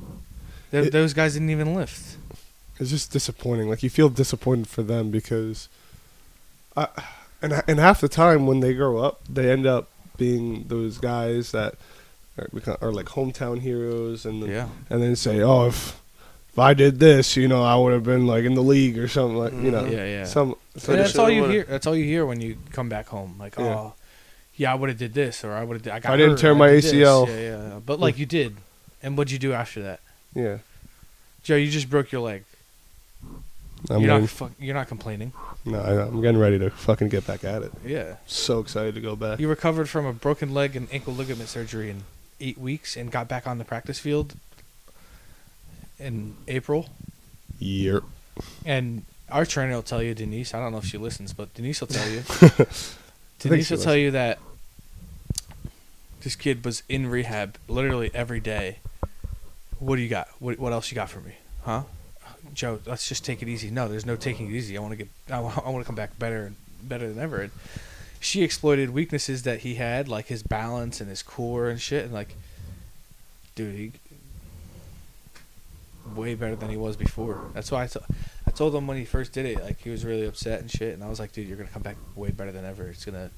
S3: Th-
S1: It-
S3: those guys didn't even lift.
S1: it's just disappointing. Like you feel disappointed for them because, I, and and half the time when they grow up, they end up being those guys that are, become, are like hometown heroes, and then,
S3: Yeah.
S1: and then say, oh, if if I did this, you know, I would have been like in the league or something, like you know,
S2: Mhm.
S3: Mm-hmm. Yeah, yeah.
S1: some
S2: So they
S3: Yeah, that's all
S2: should've
S3: you
S2: would've.
S3: hear. That's all you hear when you come back home. Like,
S1: "Oh, Yeah.
S3: oh, yeah, I would have did this, or I would have. I, got
S1: I didn't
S3: hurt,
S1: tear
S3: I
S1: my
S3: did this."
S1: ACL.
S3: Yeah, yeah. But like you did, and what'd you do after that,
S1: yeah.
S3: Joe? You just broke your leg.
S1: I'm
S3: you're
S1: getting,
S3: not. Fuck, you're not complaining.
S1: no, I- I'm getting ready to fucking get back at it.
S3: Yeah.
S1: So excited to go back.
S3: You recovered from a broken leg and ankle ligament surgery in eight weeks, and got back on the practice field in April.
S1: Yep.
S3: And our trainer will tell you, Denise. I don't know if she listens, but Denise will tell you.
S1: she
S3: Denise will
S1: listens.
S3: tell you that this kid was in rehab literally every day. What do you got? What, what else you got for me? Huh? Joe, let's just take it easy. No, there's no taking it easy. I want to get. I want, I want to come back better and better than ever. And she exploited weaknesses that he had, like his balance and his core and shit. And like, dude, he way better than he was before. That's why I, t- I told him when he first did it, like he was really upset and shit. And I was like, dude, you're gonna come back way better than ever. It's gonna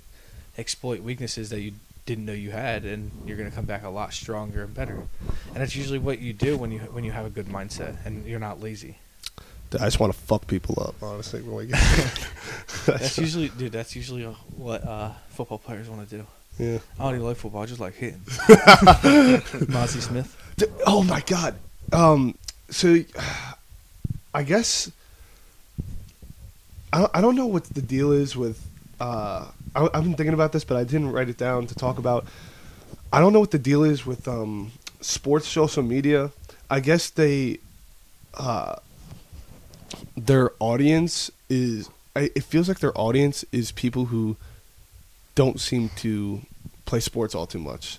S3: exploit weaknesses that you didn't know you had, and you're gonna come back a lot stronger and better. And that's usually what you do when you when you have a good mindset and you're not lazy.
S1: Dude, I just want to fuck people up, honestly. When we get back.
S3: That's usually, dude. That's usually what uh, football players want to do.
S1: yeah.
S3: I don't even like football. I just like hitting. Mozzie Smith.
S1: D- Oh my god. Um. So, I guess I, I don't know what the deal is with. Uh, I, I've been thinking about this, but I didn't write it down to talk about. I don't know what the deal is with um, sports social media. I guess they, uh, their audience is. I, it feels like their audience is people who don't seem to play sports all too much.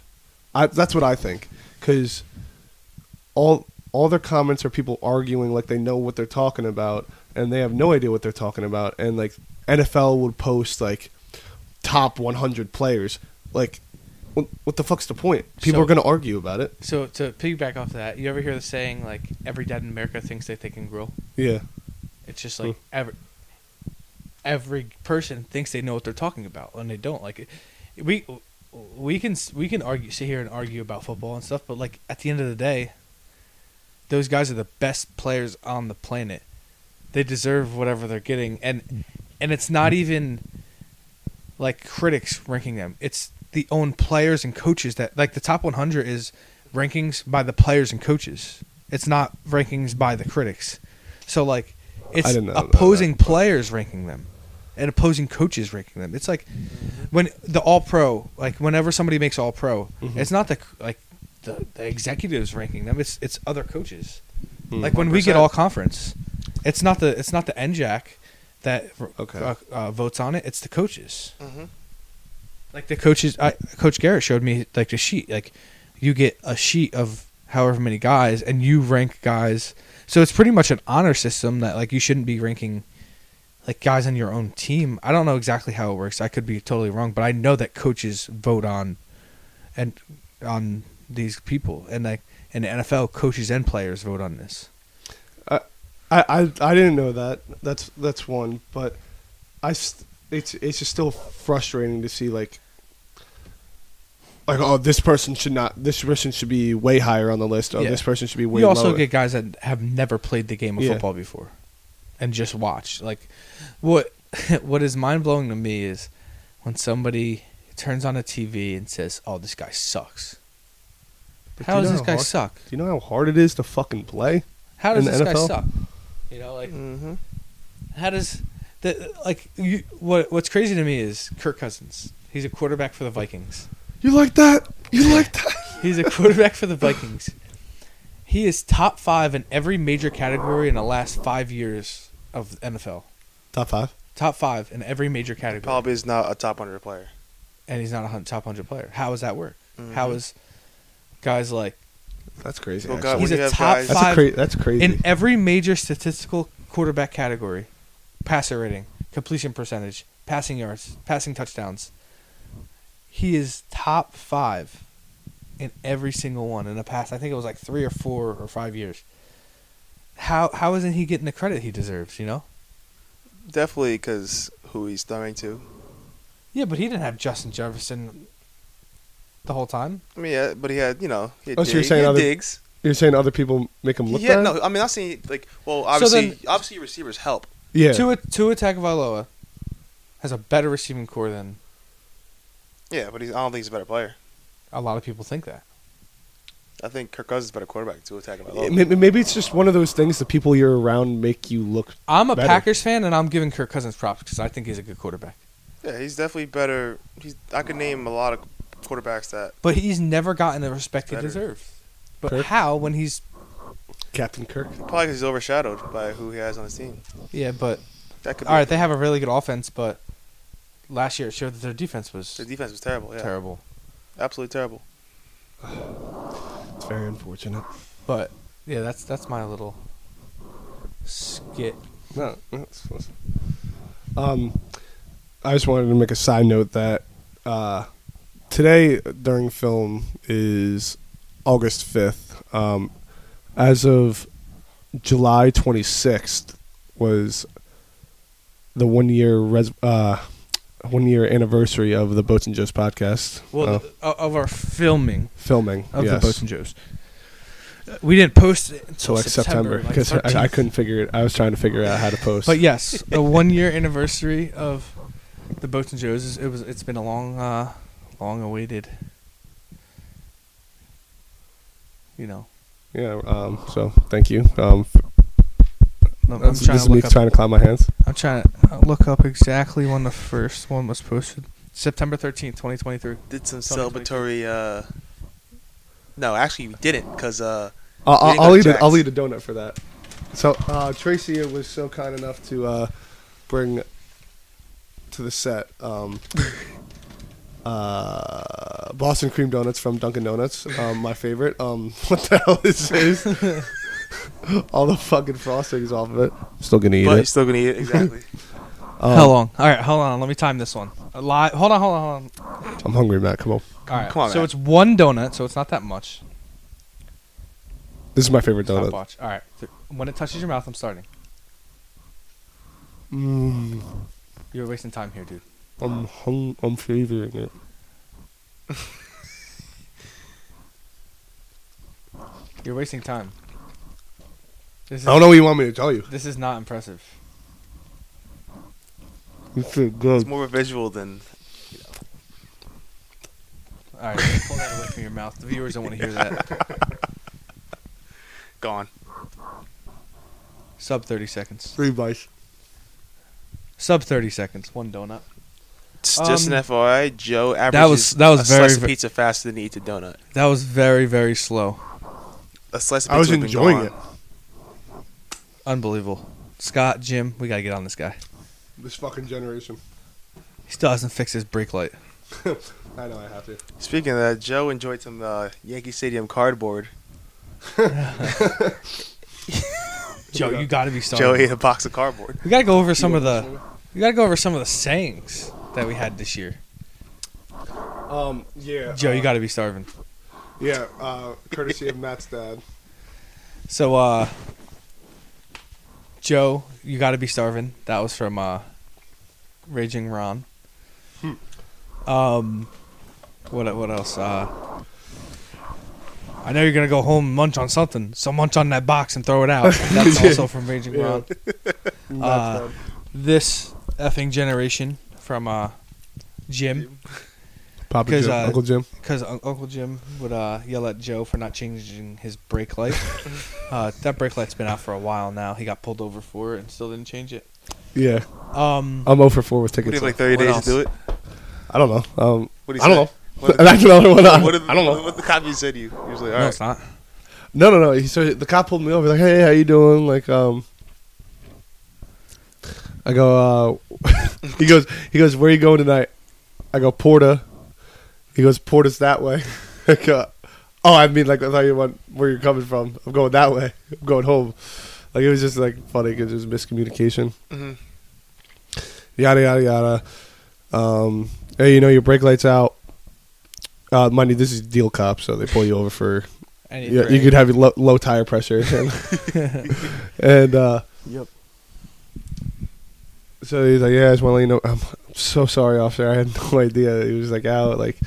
S1: I, that's what I think because all all their comments are people arguing like they know what they're talking about and they have no idea what they're talking about and like NFL would post like top 100 players like what, what the fuck's the point? People
S3: So-
S1: are going to argue about it.
S3: So to piggyback off that, you ever hear the saying like every dad in America thinks that they can grill?
S1: Yeah.
S3: It's just like every every person thinks they know what they're talking about and they don't. Like we we can we can argue sit here and argue about football and stuff, but like at the end of the day, those guys are the best players on the planet. They deserve whatever they're getting and and it's not even like critics ranking them. It's the own players and coaches that like the top 100 is rankings by the players and coaches. It's not rankings by the critics. So like it's
S1: didn't know about
S3: opposing players ranking them and opposing coaches ranking them. It's like when the all pro, like whenever somebody makes all pro,
S1: Mm-hmm.
S3: it's not the like the, the executives ranking them. It's it's other coaches. Like when we get
S2: 100%.
S3: all conference, it's not the it's not the NJAC that
S1: Okay.
S3: uh, uh, votes on it. It's the coaches.
S2: Mhm.
S3: Like the coaches, I, Coach Garrett showed me like the sheet. Like you get a sheet of however many guys, and you rank guys. So it's pretty much an honor system that like you shouldn't be ranking like guys on your own team. I don't know exactly how it works. I could be totally wrong, but I know that coaches vote on and on these people, and like in the NFL, coaches and players vote on this.
S1: I, I I didn't know that. That's that's one, but I st- it's it's just still frustrating to see like like oh this person should not this person should be way higher on the list. Oh
S3: Yeah.
S1: this person should be way
S3: We also
S1: lower.
S3: get guys that have never played the game of
S1: Yeah.
S3: football before and just watch. Like what what is mind blowing to me is when somebody turns on a TV and says, "Oh, this guy sucks."
S1: But do
S3: how
S1: you
S3: does
S1: know
S3: this guy
S1: hard-
S3: suck?
S1: Do you know how hard it is to fucking play?
S3: How
S1: in
S3: does
S1: the
S3: this guy
S1: NFL?
S3: suck? You know, like
S2: Mm-hmm.
S3: how does the like you what what's crazy to me is Kirk Cousins. He's a quarterback for the Vikings.
S1: You like that? You like that?
S3: He's a quarterback for the Vikings. He is top five in every major category in the last five years of NFL.
S1: Top five.
S3: Top five in every major category,
S2: Mm-hmm. Probably is not a top 100 player.
S3: and he's not a hun- top hundred player. How does that work? How is guys like
S1: That's crazy.
S2: Well,
S1: actually.
S2: Oh, God,
S3: he's
S2: when you
S3: a
S2: have
S3: top
S2: guys-
S1: that's a
S3: five
S1: cra- that's crazy.
S3: in every major statistical quarterback category: passer rating, completion percentage, passing yards, passing touchdowns. He is top five in every single one in the past. I think it was like three or four or five years. How how isn't he getting the credit he deserves? You know.
S2: Definitely because who he's throwing to.
S3: Yeah, but he didn't have Justin Jefferson the whole time.
S2: I mean, yeah, but he had, you know, he had,
S1: Oh,
S2: oh,
S1: so you're saying other-
S2: digs.
S1: You're saying other people make him look
S2: Yeah,
S1: bad?
S2: no, I mean, I'm saying, like, well, obviously,
S3: then-
S2: obviously receivers help.
S1: Yeah.
S3: Tua Tua Tagovailoa has a better receiving core than
S2: Yeah, but he's, I don't think he's a better player.
S3: a lot of people think that.
S2: I think Kirk Cousins is a better quarterback to attack him.
S1: May- may- Maybe it's just one of those things the people you're around make you look.
S3: I'm a
S1: Better.
S3: Packers fan, and I'm giving Kirk Cousins props because I think he's a good quarterback.
S2: Yeah, he's definitely better. He's I could name a lot of quarterbacks that
S3: But he's never gotten the respect he
S2: Better.
S3: deserves. But
S1: Kirk?
S3: how when he's
S1: Captain Kirk.
S2: probably 'cause he's overshadowed by who he has on his team.
S3: yeah, but
S2: That could be.
S3: all right, they have a really good offense, but last year it showed that their defense was
S2: the defense was terrible. Yeah,
S3: terrible.
S2: absolutely terrible.
S1: It's very unfortunate.
S3: But yeah, that's that's my little skit.
S1: No, that's awesome. Um, I just wanted to make a side note that uh, today during film is August fifth. Um, as of July twenty sixth was the one year res- uh, one year anniversary of the Boats and Joes podcast.
S3: Well,
S1: uh,
S3: the- o- of our filming
S1: filming
S3: of the
S1: yes.
S3: Boats and Joes, Uh, we didn't post it
S1: So
S3: until
S1: like September
S3: like
S1: because I, I
S3: 13th.
S1: couldn't figure it. I was trying to figure out how to post.
S3: But yes, the one year anniversary of the Boats and Joes. is- It was. It's been a long, uh, long awaited. You know,
S1: Yeah. Um, so thank you. Um, f-
S3: No, I'm
S1: That's-
S3: trying
S1: this
S3: to look
S1: week's
S3: up.
S1: trying to climb my hands.
S3: I'm trying to uh, look up exactly when the first one was posted. September thirteenth, twenty twenty three.
S2: Did some
S3: Tony, Tony,
S2: celebratory. Uh, no, actually, we didn't because uh,
S1: I'll,
S2: We didn't
S1: I'll,
S2: go
S1: I'll
S2: to
S1: eat. A, I'll
S2: Jack's.
S1: eat a donut for that. So uh, Tracy was so kind enough to uh, bring to the set um, uh, Boston cream donuts from Dunkin' Donuts. Um, my favorite. Um, what the hell is this? All the fucking frostings off of it. I'm still gonna eat
S2: but you're
S1: it.
S2: still gonna eat it exactly.
S1: Um,
S3: How long? All right, hold on. Let me time this one. A lot. Hold on, hold on, hold on.
S1: I'm hungry, Matt. Come on.
S3: All right.
S2: Come on,
S3: so
S2: Matt.
S3: it's one donut, so it's not that much.
S1: This is my favorite donut.
S3: Stopwatch. All right. Th- When it touches your mouth, I'm starting.
S1: Mm,
S3: You're wasting time here, dude.
S1: I'm hung. I'm favoring it.
S3: You're wasting time. This is,
S1: I don't know what you want me to tell you.
S3: This is not impressive.
S1: It's so
S2: It's
S1: good.
S2: more of a visual than
S3: All right, pull that away from your mouth. The viewers don't want to hear that.
S2: gone.
S3: Sub 30 seconds.
S1: Three bites.
S3: Sub 30 seconds. One donut.
S2: It's just an
S3: Um,
S2: FYI, Joe averages
S3: was- that was
S2: a
S3: very
S2: slice of
S3: ve-
S2: pizza faster than he eats a donut.
S3: That was very, very slow.
S2: A slice of pizza
S1: I was
S2: would've been
S1: enjoying
S2: gone.
S1: it.
S3: Unbelievable. Scott, Jim, we got to get on this guy.
S1: This fucking generation.
S3: He still hasn't fixed his brake light.
S1: I know I have to.
S2: Speaking of that, Joe enjoyed some uh, Yankee Stadium cardboard.
S3: Joe, you got to be starting.
S2: Joe ate a box of cardboard.
S3: We got to go over some of the we got to go over some of the sayings that we had this year.
S1: Um, yeah.
S3: Joe, you
S1: uh,
S3: got to be starving.
S1: Yeah, uh, courtesy of Matt's dad.
S3: So uh Joe, you got to be starving. That was from uh Raging Ron. Um what what else? Uh I know you're going to go home and munch on something. So munch on that box and throw it out. That's also from Raging
S1: Yeah.
S3: Ron.
S1: Matt's
S3: Uh,
S1: dad.
S3: This effing generation from uh Jim
S1: Papa
S3: 'cause,
S1: Jim,
S3: uh,
S1: Uncle Jim.
S3: because Uncle Jim would uh, yell at Joe for not changing his brake light. uh, that brake light's been out for a while now. He got pulled over for it and still didn't change it.
S1: Yeah,
S3: Um,
S1: I'm 0 for 4 with
S2: We
S1: tickets.
S2: have like 30
S3: What
S2: days
S3: else?
S2: to do it.
S1: I don't know. Um,
S2: What
S1: I don't know.
S2: What did-
S1: That's another one. I,
S2: What did,
S1: I don't know.
S2: What the cop you said to you? He was like, all
S3: no,
S2: right.
S3: it's not.
S1: No, no, no. He, so the cop pulled me over. Like, hey, how you doing? Like, um, I go. Uh, he goes. He goes. Where you going tonight? I go Porta. He goes Porta's that way. I go, oh, I mean, like I thought you want where you're coming from. I'm going that way. I'm going home. Like it was just like funny because it was miscommunication.
S2: Mhm.
S1: Yada yada yada. Um, hey, you know your brake lights out. Uh, mind you, this is deal cop, so they pull you over for
S3: Any
S1: yeah, you could have low, low tire pressure, and, and uh,
S2: Yep.
S1: so he's like, "Yeah, I just want to let you know, I'm, I'm so sorry, officer. I had no idea." He was like out, like,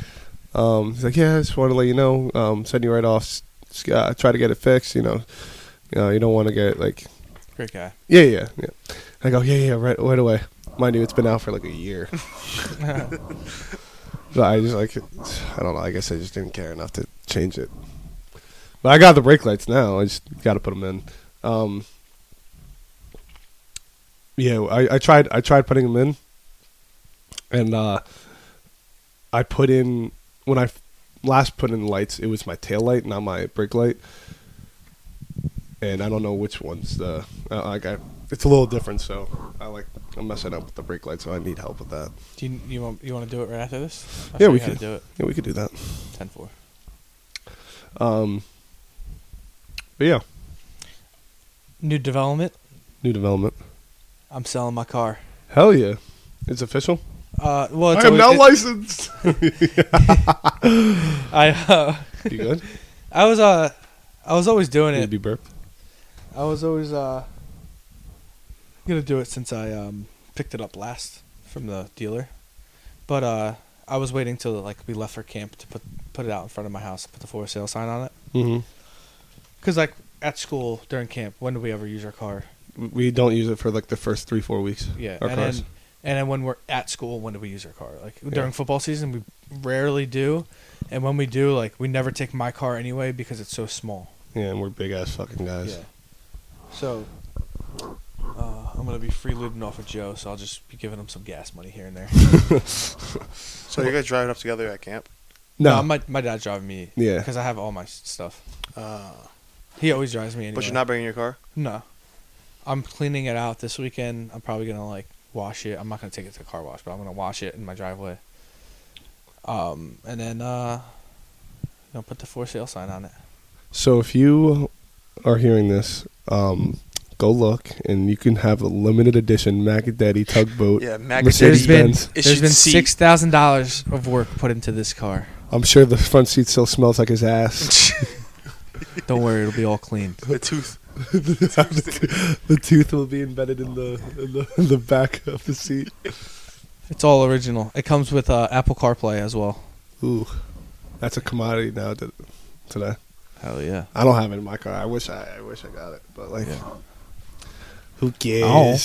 S1: um, he's like, "Yeah, I just want to let you know, um, send you right off. S- s- Uh, try to get it fixed. You know, you know, you don't want to get like,
S3: Great guy.
S1: yeah, yeah, yeah." I go, "Yeah, yeah, right, right away." Mind you, it's been out for like a year. So I just like, I don't know. I guess I just didn't care enough to change it. But I got the brake lights now. I just got to put them in. Um, yeah, I, I tried. I tried putting them in, and uh, I put in when I last put in the lights. It was my tail light, not my brake light. And I don't know which one's the uh, like. I, it's a little different, so I like I'm messing up with the brake light, so I need help with that.
S3: Do you, you want you want to do it right after this?
S1: Yeah, we
S3: can
S1: could.
S3: do it.
S1: Yeah, we could do that.
S3: 10-4.
S1: Um, but yeah,
S3: New development.
S1: new development.
S3: I'm selling my car.
S1: Hell yeah, it's official.
S3: Uh, well, it's
S1: I am
S3: always-
S1: now
S3: it-
S1: licensed.
S3: I uh,
S1: you good?
S3: I was uh I was always doing
S1: Need to
S3: it.
S1: be burped.
S3: I was always uh gonna do it since I um picked it up last from the dealer, but uh I was waiting till like we left for camp to put put it out in front of my house, put the for sale sign on it.
S1: Mm-hmm.
S3: Cause like at school during camp, when do we ever use our car?
S1: We don't use it for like the first three four weeks.
S3: Yeah,
S1: our
S3: and
S1: cars.
S3: then and then when we're at school, when do we use our car? Like during football season, we rarely do, and when we do, like we never take my car anyway because it's so small.
S1: yeah, and we're big ass fucking guys.
S3: So uh, I'm gonna be free lubing off of Joe, so I'll just be giving him some gas money here and there.
S2: So you guys driving up together at camp?
S1: No.
S3: my my dad's driving me
S1: yeah.
S3: because I have all my s- stuff.
S2: Uh,
S3: He always drives me. Anyway.
S2: But you're not bringing your car.
S3: No, I'm cleaning it out this weekend. I'm probably gonna like wash it. I'm not gonna take it to the car wash, but I'm gonna wash it in my driveway. Um, and then uh, you know, put the for sale sign on it.
S1: So if you are hearing this, um, go look and you can have a limited edition Mac and Daddy tugboat.
S2: Yeah, Mac
S1: Mercedes
S3: There's been-
S1: Benz.
S2: It
S3: There's
S2: should
S3: been
S2: see-
S3: six thousand dollars of work put into this car.
S1: I'm sure the front seat still smells like his ass.
S3: Don't worry, it'll be all cleaned.
S2: The tooth.
S1: the tooth will be embedded in the in the, in the back of the seat.
S3: It's all original. It comes with uh, Apple CarPlay as well.
S1: Ooh, that's a commodity now to- today.
S3: Hell yeah.
S1: I don't have it in my car. I wish I, I wish I got it, but like,
S3: Yeah. Oh.
S1: who cares?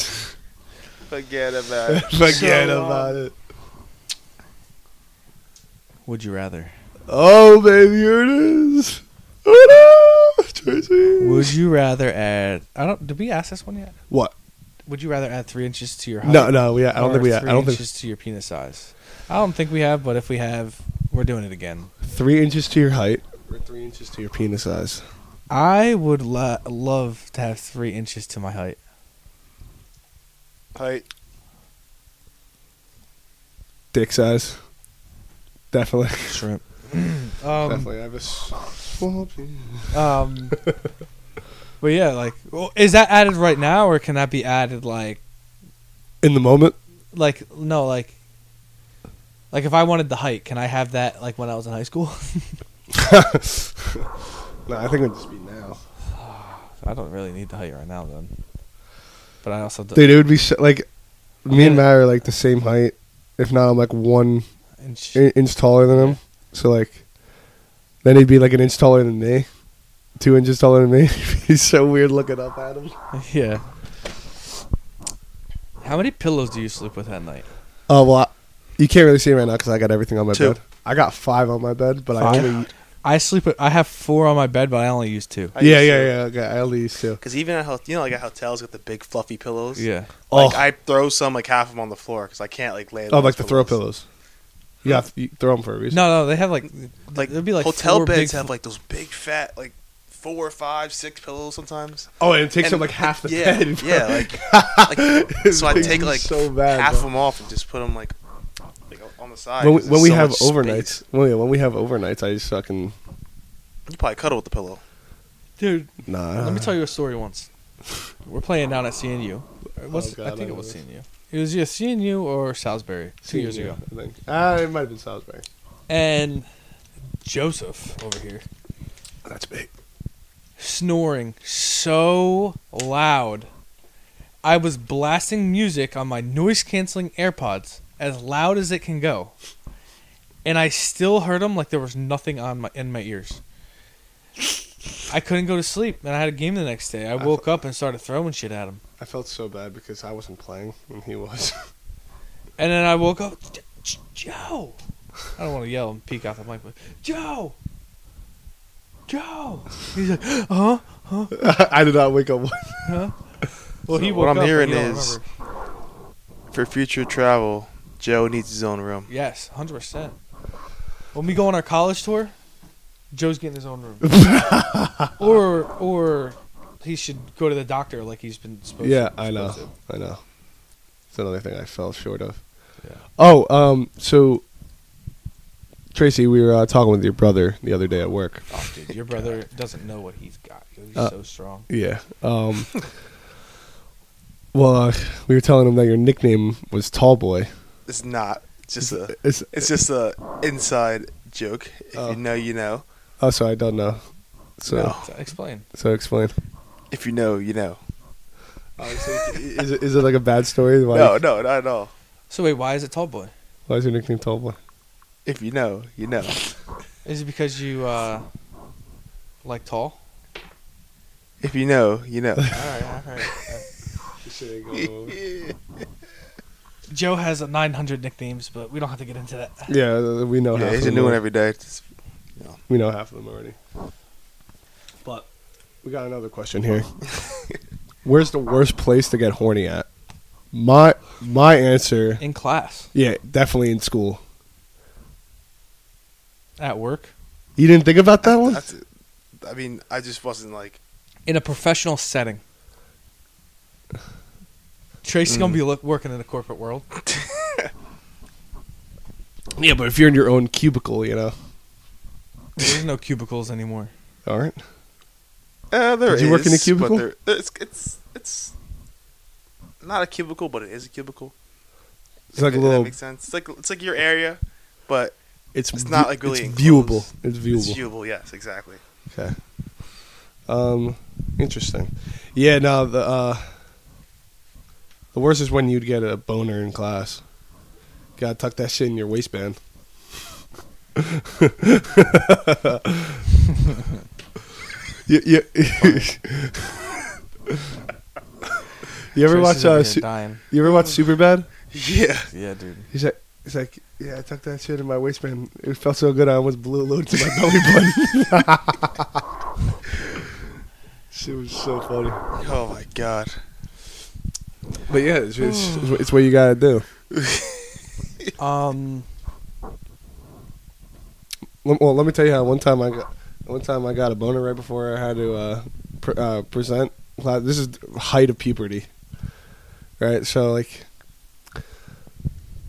S2: Forget about it.
S1: Forget
S2: So, um,
S1: about it.
S3: Would you rather?
S1: Oh baby, here it is. Oh no, Tracy.
S3: Would you rather add? I don't. Did we ask this one yet?
S1: What?
S3: Would you rather add three inches to your height?
S1: No, no, yeah, I don't
S3: or
S1: think we. I
S3: three
S1: don't think
S3: inches to your penis size. I don't think we have, but if we have, we're doing it again.
S1: three inches to your height or three inches to your penis size.
S3: I would lo- love to have three inches to my height.
S2: Height.
S1: Dick size. Definitely.
S3: Shrimp. um,
S1: Definitely. I have a s- swampy.
S3: um, but yeah, like, well, is that added right now, or can that be added like,
S1: In the moment,
S3: like no, like, like if I wanted the height, can I have that like when I was in high school?
S1: no, I think it would just be now.
S3: I don't really need the height right now, then. But I also do
S1: Dude, it would be so, like me and
S3: Yeah.
S1: Matt are like the same height. If not, I'm like one
S3: inch.
S1: in- inch taller than him. So like, then he'd be like an inch taller than me, two inches taller than me. He's so weird looking up at him.
S3: yeah. How many pillows do you sleep with at night?
S1: Oh well, I, you can't really see it right now because I got everything on my
S2: Two.
S1: bed. I got five on my bed, but I
S3: Five?
S1: only
S3: I sleep. With, I have four on my bed, but I only use two.
S2: I
S1: yeah
S2: used
S1: yeah
S2: to.
S1: yeah. Okay, I only used two.
S2: Cause even at hot- you know, like at hotels, got the big fluffy pillows.
S3: Yeah.
S2: Like
S1: Oh.
S2: I throw some, like half of them on the floor, cause I can't like lay.
S1: Oh,
S2: on
S1: like the
S2: those
S1: throw pillows. You got you throw them for a reason.
S3: No, no, they have like
S2: Like
S3: there'd be like
S2: hotel
S3: four big
S2: beds
S3: fl-
S2: have like those big fat, like four, five, six pillows sometimes.
S1: Oh, and it takes
S2: And-
S1: up like half the
S2: yeah,
S1: bed.
S2: yeah,
S1: bro.
S2: like- like,
S1: It
S2: so I
S1: makes
S2: take
S1: me
S2: like
S1: so bad,
S2: half
S1: bro.
S2: of them off and just put them like, like on the side.
S1: when we,
S2: 'cause there's
S1: when we
S2: so
S1: have
S2: much
S1: overnights,
S2: space.
S1: well, yeah, when we have overnights, I just fucking
S2: you probably cuddle with the pillow.
S3: dude.
S1: nah.
S3: let me tell you a story once. We're playing down at CNU. What's,
S1: Oh, God,
S3: I think
S1: I
S3: it was
S1: know
S3: CNU. It was either CNU or Salisbury two years ago.
S1: I think. Ah, it might have been Salisbury.
S3: And Joseph over here
S1: That's big.
S3: snoring so loud. I was blasting music on my noise canceling AirPods as loud as it can go. And I still heard him like there was nothing on my in my ears. I couldn't go to sleep and I had a game the next day. I woke up and started throwing shit at him.
S1: I felt so bad because I wasn't playing and he was.
S3: And then I woke up "J- J- Joe. I don't want to yell and peek out the mic, but Joe. Joe. He's like, "Uh-huh." huh?
S1: I did not wake up.
S3: Huh?
S2: So
S3: Well, he woke
S2: what I'm
S3: up, but
S2: hearing
S3: he don't
S2: is-
S3: remember.
S2: For future travel, Joe needs his own room.
S3: Yes, hundred percent. When we go on our college tour, Joe's getting his own room. or or he should go to the doctor like he's been supposed
S1: yeah,
S3: to.
S1: I know.
S3: supposed
S1: I know. It's another thing I fell short of.
S3: Yeah.
S1: Oh, um, so Tracy, we were uh, talking with your brother the other day at work.
S3: to. Oh, dude, your brother doesn't know what he's got. He's
S1: Uh,
S3: so strong.
S1: Yeah. Um. well, uh, we were telling him that your nickname was Tall Boy.
S2: It's not it's uh, just a.
S1: It's,
S2: It's just a inside joke. If
S1: Oh.
S2: you know, you know.
S1: oh, so I don't know. So,
S2: No.
S3: So explain.
S1: so explain.
S2: If you know, you know.
S1: is it, is it like a bad story? Why,
S2: No, no, not at all.
S3: So wait, why is it tall boy?
S1: Why is your nickname Tall Boy?
S2: If you know, you know.
S3: Is it because you uh like tall?
S2: If you know, you know.
S3: All right, all right. Joe has uh, 900 nicknames, but we don't have to get into that.
S1: yeah, uh, we know.
S2: yeah,
S1: half
S2: he's
S1: of
S2: a
S1: them
S2: new one
S1: already.
S2: every day. It's-
S1: We know half of them already.
S3: But
S1: We got another question here. Where's the worst place to get horny at? My my answer,
S3: in class,
S1: yeah, definitely in school.
S3: at work,
S1: You didn't think about that one?
S2: That's, I mean, I just wasn't like.
S3: in a professional setting. Tracy's gonna be
S1: Mm.
S3: look, working in the corporate world.
S1: Yeah, but if you're in your own cubicle, you know.
S3: There's no cubicles anymore.
S1: All right.
S2: Uh, there
S1: Did you work in a
S2: is, but
S1: cubicle?
S2: there- it's it's it's not a cubicle, but it is a cubicle.
S1: It's like
S2: If
S1: a
S2: that
S1: little.
S2: makes sense. It's like it's like your area, but
S1: It's
S2: it's
S1: view-
S2: not, like, really
S1: It's viewable.
S2: enclosed.
S1: It's viewable.
S2: it's viewable. Yes, exactly.
S1: Okay. Um, interesting. Yeah. No. The uh, the worst is when you'd get a boner in class. Gotta tuck that shit in your waistband. you, you, you ever watch
S4: Tracy's
S1: uh,
S4: over here
S1: Su-
S4: dying.
S1: you ever watch Superbad?
S2: Yeah.
S4: Yeah, dude.
S1: He's like, he's like, yeah, I tucked that shit in my waistband. It felt so good, I almost blew a load to my belly button. shit was so funny.
S2: Oh my god.
S1: But yeah, it's, it's, it's what you gotta do.
S3: Um,
S1: Lem- Well, let me tell you how one time I got, one time I got a boner right before I had to uh, pr- uh, present. Like, This is the height of puberty, right? So like,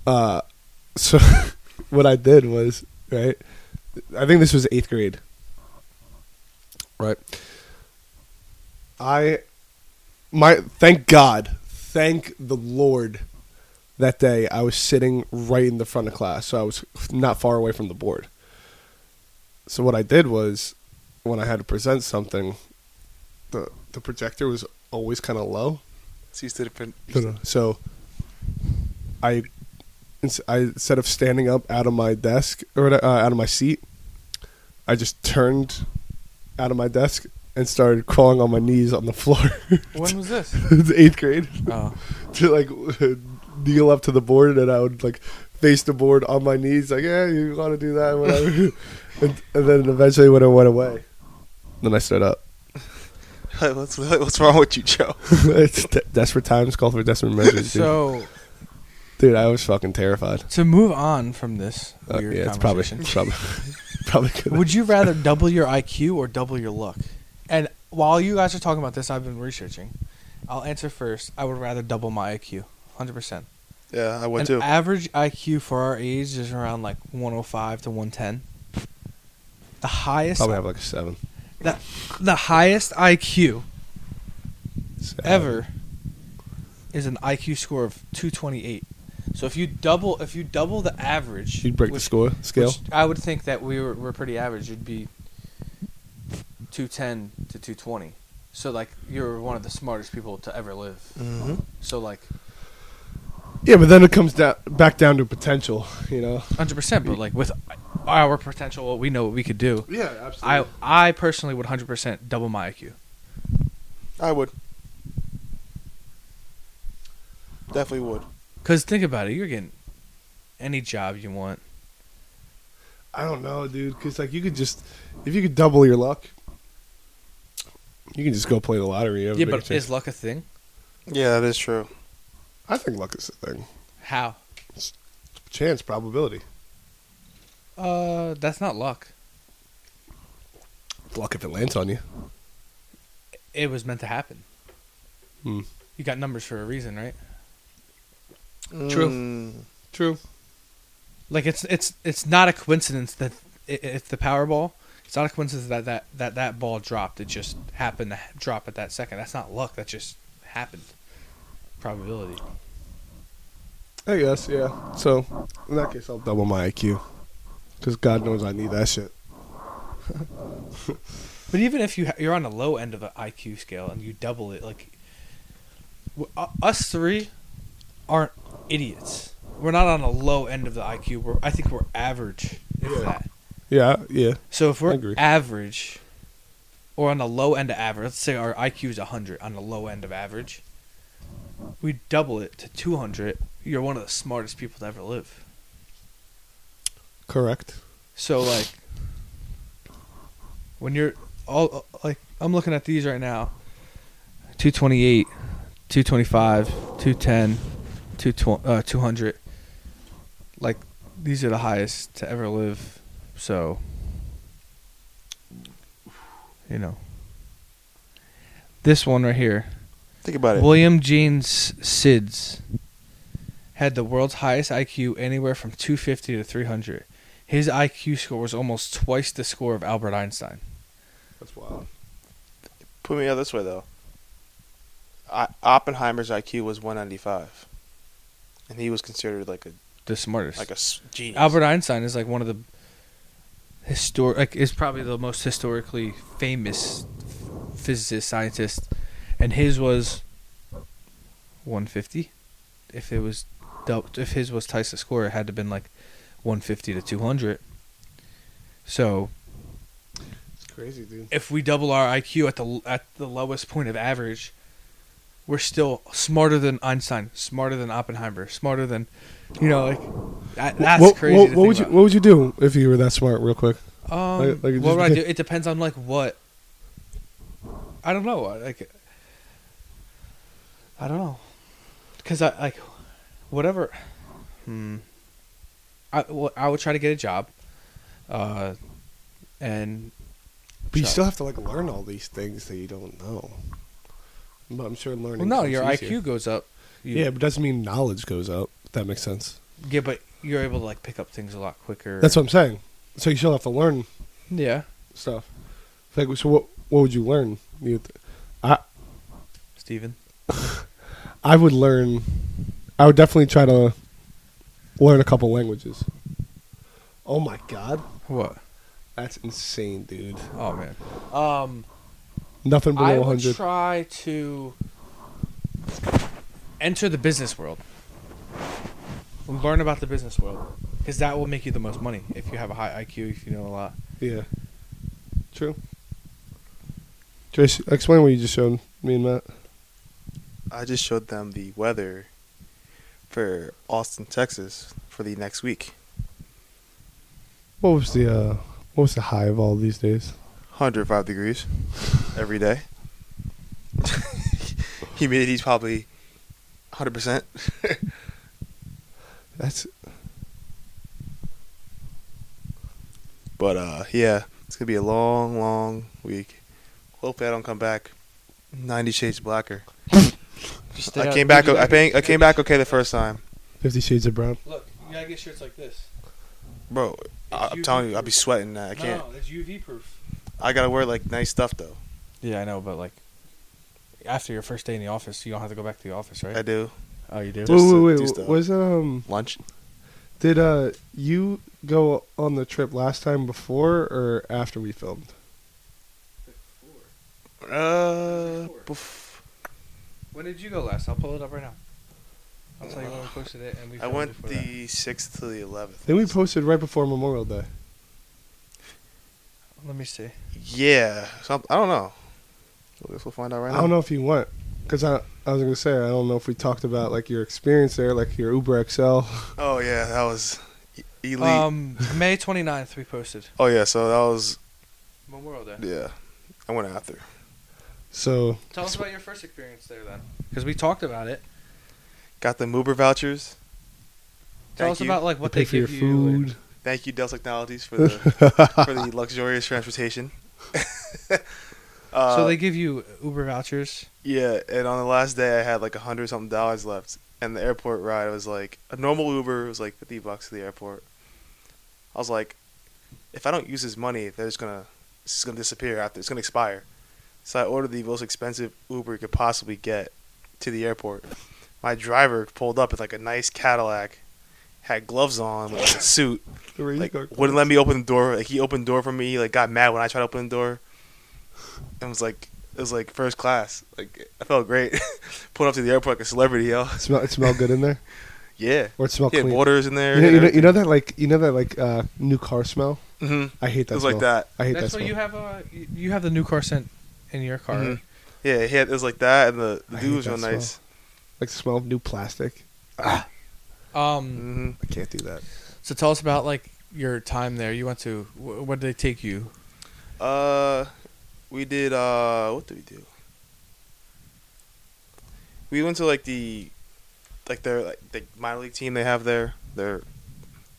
S1: uh, so what I did was right. I think this was eighth grade. Right. I, my thank God, thank the Lord, that day I was sitting right in the front of class, so I was not far away from the board. So what I did was, when I had to present something, the the projector was always kind of low.
S2: So you stood up and
S1: So I, ins- I instead of standing up out of my desk or uh, out of my seat, I just turned out of my desk and started crawling on my knees on the floor.
S3: when was this?
S1: it's eighth grade
S3: Oh,
S1: to like kneel up to the board and I would like face the board on my knees like yeah you want to do that whatever and, and then eventually when it went away then I stood up
S2: what's what's wrong with you, Joe?
S1: it's de- desperate times call for desperate measures dude.
S3: so
S1: dude I was fucking terrified
S3: to move on from this
S1: Uh,
S3: weird
S1: yeah it's probably
S3: conversation,
S1: it's probably probably good
S3: would you rather double your IQ or double your luck? And while you guys are talking about this, I've been researching. I'll answer first. I would rather double my IQ, hundred percent.
S2: Yeah, I
S3: An
S2: would too.
S3: average IQ for our age is around like 105 to 110. The highest,
S1: probably have like a seven
S3: the, the highest IQ
S1: Seven.
S3: ever is an IQ score of 228. So if you double, if you double the average,
S1: you'd break
S3: which-
S1: the score scale
S3: which I would think that we were, were pretty average. You'd be 210 to 220. So like you're one of the smartest people to ever live.
S2: Mm-hmm.
S3: So like
S1: yeah but then it comes down back down to potential you know
S3: 100%, but like with our potential, what we know what we could do.
S1: yeah
S3: I I personally would 100% double my IQ.
S2: I would. Definitely would.
S3: Cuz think about it, you're getting any job you want.
S1: I don't know, dude. Because like you could just, if you could double your luck, you can just go play the lottery. You have a
S3: yeah,
S1: bigger
S3: but
S1: chance.
S3: is luck a thing?
S2: Yeah, that is true.
S1: I think luck is the thing.
S3: How?
S1: Chance, probability.
S3: Uh, that's not luck.
S1: It's luck if it lands on you.
S3: It was meant to happen.
S1: Hmm.
S3: You got numbers for a reason, right?
S1: True.
S2: Mm,
S1: True.
S3: Like it's it's it's not a coincidence that i- if the Powerball, it's not a coincidence that that that that ball dropped. It just happened to ha- drop at that second. That's not luck. That just happened. Probability.
S1: I guess. Yeah. So in that case, I'll double my IQ. Because God knows I need that shit.
S3: But even if you ha- you're on the low end of an IQ scale and you double it, like w- u- us three aren't idiots. We're not on the low end of the IQ. We're I think we're average. If
S1: Yeah.
S3: that.
S1: Yeah. Yeah.
S3: So if
S1: I
S3: we're
S1: agree.
S3: average, or on the low end of average, let's say our IQ is 100 on the low end of average, we double it to 200. You're one of the smartest people to ever live.
S1: Correct.
S3: So like, when you're all like, I'm looking at these right now. 228, 225, 210, two tw- uh, 200. Like, these are the highest to ever live. So, you know. This one right here.
S2: Think about it.
S3: William James Sids had the world's highest IQ anywhere from 250 to 300. His IQ score was almost twice the score of Albert Einstein.
S1: That's wild.
S2: Put me out this way though. I, Oppenheimer's IQ was 195, and he was considered like a
S3: The smartest.
S2: like a s- genius.
S3: Albert Einstein is like one of the historic like is probably the most historically famous f- physicist scientist and his was 150 if it was dou- if his was twice the score it had to been like 150 to 200 so
S1: It's crazy, dude.
S3: if we double our IQ at the at the lowest point of average, we're still smarter than Einstein, smarter than Oppenheimer, smarter than, you know, like that, that's
S1: what,
S3: crazy.
S1: What, what
S3: to think
S1: would you
S3: about.
S1: What would you do if you were that smart? Real quick.
S3: Um,
S1: Like- like, just
S3: what would I do?
S1: because-
S3: It depends on like what. I don't know. I- Like, I don't know, because I like whatever. Hmm. I well, I would try to get a job, uh, and
S1: But you
S3: So-
S1: still have to like learn all these things that you don't know. But I'm sure learning.
S3: well, no,
S1: comes
S3: your
S1: easier.
S3: IQ goes up. You-
S1: Yeah, but doesn't mean knowledge goes up. If that makes sense.
S3: Yeah, but you're able to like pick up things a lot quicker.
S1: That's what I'm saying. So you still have to learn
S3: Yeah,
S1: stuff. Like, so what? What would you learn? You, I
S3: Steven.
S1: I would learn. I would definitely try to learn a couple languages. Oh my god,
S3: What?
S1: that's insane, dude!
S3: Oh man. Um,
S1: Nothing
S3: I
S1: below
S3: would
S1: 100.
S3: try to enter the business world. Learn about the business world, because that will make you the most money if you have a high IQ, if you know a lot.
S1: yeah, true. Trace, explain what you just showed me and Matt.
S2: I just showed them the weather for Austin, Texas, for the next week.
S1: What was the uh, what was the high of all these days?
S2: 105 degrees every day. Humidity's probably 100%.
S1: That's
S2: But uh, yeah, it's gonna be a long, long week. Hopefully, I don't come back 90 shades blacker. I came back. I, think- I came back okay the first time,
S1: Fifty Shades of Brown.
S3: Look, you gotta get shirts like this.
S2: bro. I, I'm telling you, I'll be sweating. uh, I can't.
S3: No, it's UV proof.
S2: I gotta wear like nice stuff though.
S3: Yeah, I know, but like after your first day in the office, you don't have to go back to the office, right?
S2: I do
S3: oh, you do.
S2: Just
S1: wait,
S2: to
S1: wait,
S2: do
S1: wait.
S2: stuff.
S1: Was um
S2: lunch.
S1: did uh you go on the trip last time before or after we filmed?
S2: Uh, bef-
S3: When did you go last? I'll pull it up right now. I'll tell you when we posted it, and we.
S2: I
S3: filmed
S2: went
S3: before that.
S2: the sixth to the eleventh.
S1: Then we posted right before Memorial Day.
S3: Let me see.
S2: Yeah, some, I don't know. I guess we'll find out right now.
S1: I don't know if you went because I I was gonna say I don't know if we talked about like your experience there, like your Uber XL.
S2: Oh yeah, that was e- elite.
S3: Um, May 29th, we posted
S2: oh yeah, so that was
S3: Memorial Day.
S2: yeah. I went after.
S1: So
S3: Tell us about your first experience there, then, because we talked about it.
S2: Got the Uber vouchers.
S3: Tell
S2: Thank
S3: us
S2: you.
S3: about like what
S1: what they
S3: they
S1: pay for your
S3: give you. and-
S1: food.
S2: Thank you, Dell Technologies, for the for the luxurious transportation. uh,
S3: so they give you Uber vouchers.
S2: yeah, and on the last day, I had like a hundred something dollars left, and the airport ride was like a normal Uber was like fifty bucks to the airport. I was like, if I don't use this money, they're just gonna it's just gonna disappear after it's gonna expire. So I ordered the most expensive Uber you could possibly get to the airport. My driver pulled up in like a nice Cadillac, had gloves on, with like a suit, like wouldn't let me open the door. Like he opened the door for me. Like got mad when I tried to open the door. And was like it was like first class. Like I felt great. Pulled up to the airport like a celebrity, yo.
S1: It smell it smelled good in there,
S2: Yeah.
S1: or it smelled
S2: Yeah,
S1: clean.
S2: borders in
S1: You
S2: there.
S1: know, you know, you know that like you know that like uh, new car smell.
S2: hmm
S1: I hate
S2: It
S1: that.
S2: was
S1: smell.
S2: like that.
S1: I hate
S3: That's
S1: that
S3: why
S1: smell.
S3: you have uh, y- you have the new car sent in your car.
S2: Mhm. Yeah, he had, it was like that, and the, the
S1: I
S2: dude
S1: hate
S2: was real
S1: that smell.
S2: nice.
S1: like the smell of new plastic.
S3: Um,
S2: hmm
S1: I can't do that.
S3: so tell us about like your time there. You went to wh- where did they take you?
S2: Uh, we did. Uh, what did we do? We went to like the like their like the minor league team they have there, their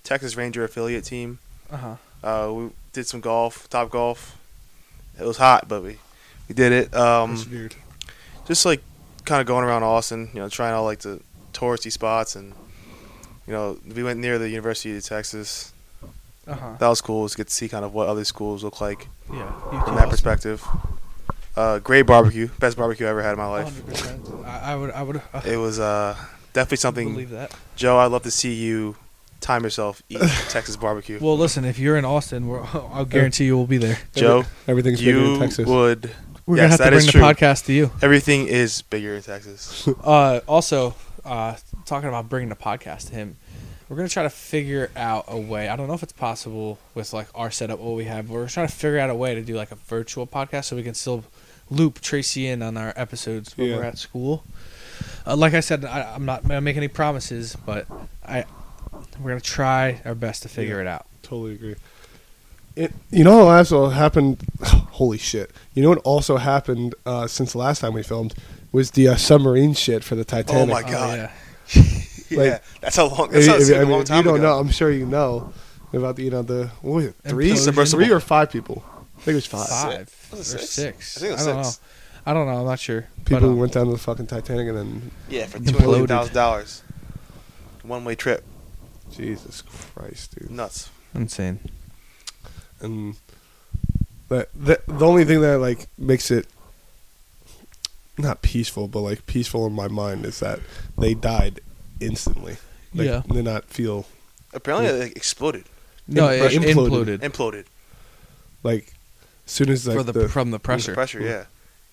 S2: Texas Ranger affiliate team.
S3: Uh huh.
S2: Uh, we did some golf, top golf. It was hot, but we we did it. Um,
S1: Persevered.
S2: just like kind of going around Austin, you know, trying all like the touristy spots, and you know, we went near the University of Texas.
S3: Uh huh.
S2: That was cool. It was good to see kind of what other schools look like
S3: Yeah.
S2: from that perspective. Uh, great barbecue, best barbecue I ever had in my life.
S3: Hundred percent. I I would. I would. Uh,
S2: It was uh, definitely something.
S3: believe that.
S2: Joe, I'd love to see you time yourself eat Texas barbecue.
S3: Well, listen. If you're in Austin, we're, I'll guarantee you we'll be there.
S2: Joe,
S1: Everything's bigger
S2: you
S1: in Texas.
S2: would.
S3: We're
S2: Yes,
S3: gonna have
S2: that
S3: to
S2: is
S3: bring the
S2: true.
S3: podcast to you.
S2: Everything is bigger in Texas.
S3: Uh, also, uh, talking about bringing the podcast to him, we're gonna try to figure out a way. I don't know if it's possible with like our setup, what we have. but We're trying to figure out a way to do like a virtual podcast so we can still loop Tracy in on our episodes when
S1: Yeah.
S3: we're at school. Uh, like I said, I, I'm not gonna make any promises, but I we're gonna try our best to figure it out.
S1: Totally agree. It, you know what also happened? Holy shit! You know what also happened uh, since the last time we filmed was the uh, submarine shit for the Titanic.
S2: Oh my
S3: Oh,
S2: God. yeah,
S1: Like-
S2: that's how long.
S1: If-
S2: That's how
S1: if-
S2: it's
S1: I
S2: been a
S1: mean,
S2: long
S1: if you
S2: time
S1: don't know.
S2: ago.
S1: I'm sure you know about the you know the what was it three
S3: Implosion.
S1: three or five people. I think it was five,
S3: five
S2: Uh, Was
S3: or
S2: it
S3: six.
S2: six? I think it was
S3: I don't
S2: six.
S3: know. I don't know. I'm not sure.
S1: people
S3: but,
S1: who
S3: uh,
S1: went down to the fucking Titanic and then
S2: Yeah, for two
S3: Imploded.
S2: hundred thousand dollars, one way trip.
S1: Jesus Christ, dude.
S2: Nuts.
S3: insane.
S1: and that, that the only thing that like makes it not peaceful, but like peaceful in my mind is that they died instantly. Like,
S3: Yeah.
S1: they not feel
S2: Apparently,
S1: Yeah.
S2: it like, exploded,
S3: No, it
S1: Imploded.
S3: imploded.
S2: imploded
S1: like as soon as like
S3: for the, from the pressure.
S2: pressure. Mm. Pressure, yeah.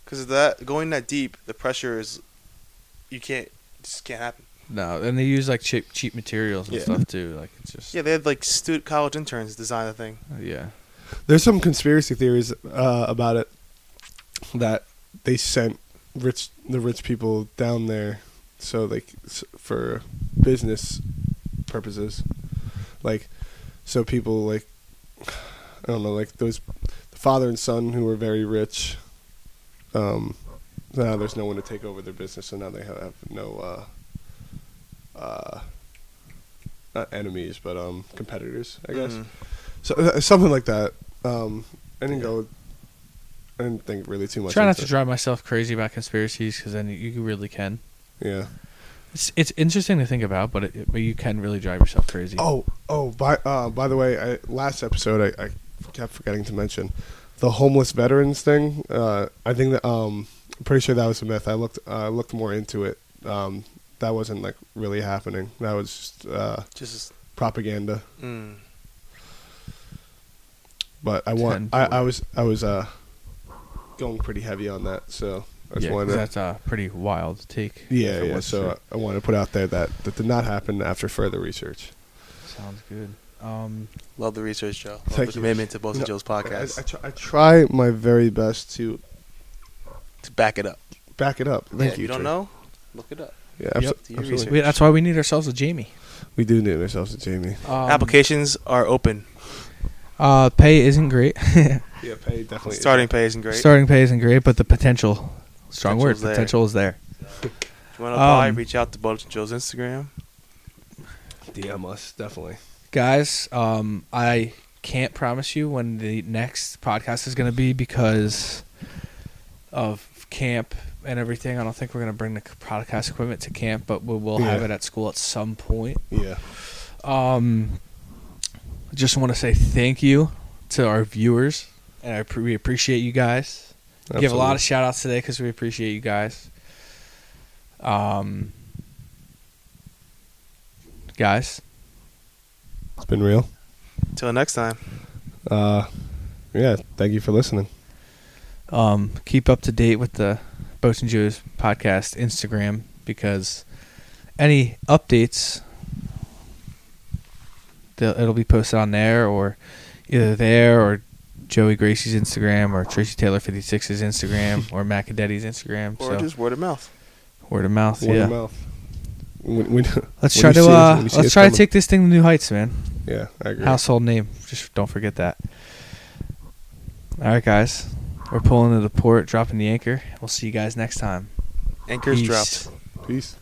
S2: Because that going that deep, the pressure is you can't just can't happen.
S3: No, and they use like cheap cheap materials and
S2: Yeah.
S3: stuff too. Like it's just uh,
S2: Yeah, they had like student college interns design the thing.
S3: yeah.
S1: there's some conspiracy theories uh, about it that they sent rich the rich people down there so like s- for business purposes like so people like i don't know like those the father and son who were very rich um now there's no one to take over their business so now they have, have no uh uh not enemies but um competitors i guess
S2: Mhm.
S1: so uh, something like that. Um, I didn't go. I didn't think really too much.
S3: Try not to
S1: into
S3: drive myself crazy about conspiracies because then you really can.
S1: it. Yeah.
S3: It's it's interesting to think about, but it, but you can really drive yourself crazy.
S1: Oh, oh. By uh, by the way, I, last episode I, I kept forgetting to mention the homeless veterans thing. Uh, I think that um, I'm pretty sure that was a myth. I looked I looked more into it. Um, that wasn't like really happening. That was just, uh,
S2: Just
S1: propaganda.
S2: mm,
S1: But I want.
S3: Ten
S1: I,
S3: four.
S1: I was I was uh, going pretty heavy on that. So I just
S3: yeah, 'cause
S1: wanted to
S3: that's a pretty wild take.
S1: Yeah,
S3: if it
S1: yeah.
S3: was
S1: So
S3: true.
S1: I, I want to put out there that that did not happen after further research.
S3: sounds good. Um,
S2: love the research, Joe. Love
S1: Thank
S2: the
S1: you.
S2: commitment to both
S1: No,
S2: of Joe's
S1: I, I,
S2: podcasts
S1: try, I try my very best to
S2: to back it up.
S1: back it up. Thank
S2: Yeah,
S1: you.
S2: if you don't
S1: Trey.
S2: know, look it up.
S1: Yeah, abso-
S2: Yep. Do your
S1: absolutely.
S3: we, that's why we need ourselves a Jamie.
S1: We do need ourselves a Jamie.
S3: Um,
S2: Applications are open.
S3: Uh, pay isn't great.
S1: Yeah, pay definitely.
S2: Starting pay isn't great.
S3: Starting pay isn't great, but the potential, strong word,
S2: Potential's there.
S3: potential is there.
S2: If you want to apply,
S3: Um,
S2: reach out to both of Joe's Instagram.
S1: DM us definitely.
S3: guys um i can't promise you when the next podcast is going to be because of camp and everything i don't think we're going to bring the podcast equipment to camp but we will have
S1: Yeah.
S3: it at school at some point
S1: Yeah.
S3: um I just want to say thank you to our viewers and I, pre- we appreciate you guys give a lot of
S1: absolutely.
S3: shout outs today because we appreciate you guys um guys
S1: it's been real.
S2: Till next time.
S1: Uh, yeah. Thank you for listening.
S3: um, keep up to date with the Boats and Joes podcast Instagram because any updates, they'll- it'll be posted on there or either there or Joey Gracie's Instagram or Tracy Taylor 56's Instagram or Macadetti's Instagram.
S2: Or
S3: so
S2: just word of mouth.
S3: word of mouth.
S1: Word
S3: yeah.
S1: of mouth. When, when,
S3: Let's
S1: when
S3: try
S1: you
S3: to
S1: see us-
S3: uh,
S1: when you see
S3: let's
S1: us
S3: try to
S1: coming.
S3: take this thing to new heights, man.
S1: Yeah, I agree.
S3: Household name. Just don't forget that. All right, guys. We're pulling to the port, dropping the anchor. We'll see you guys next time.
S2: Anchors
S3: Peace.
S2: dropped.
S1: Peace.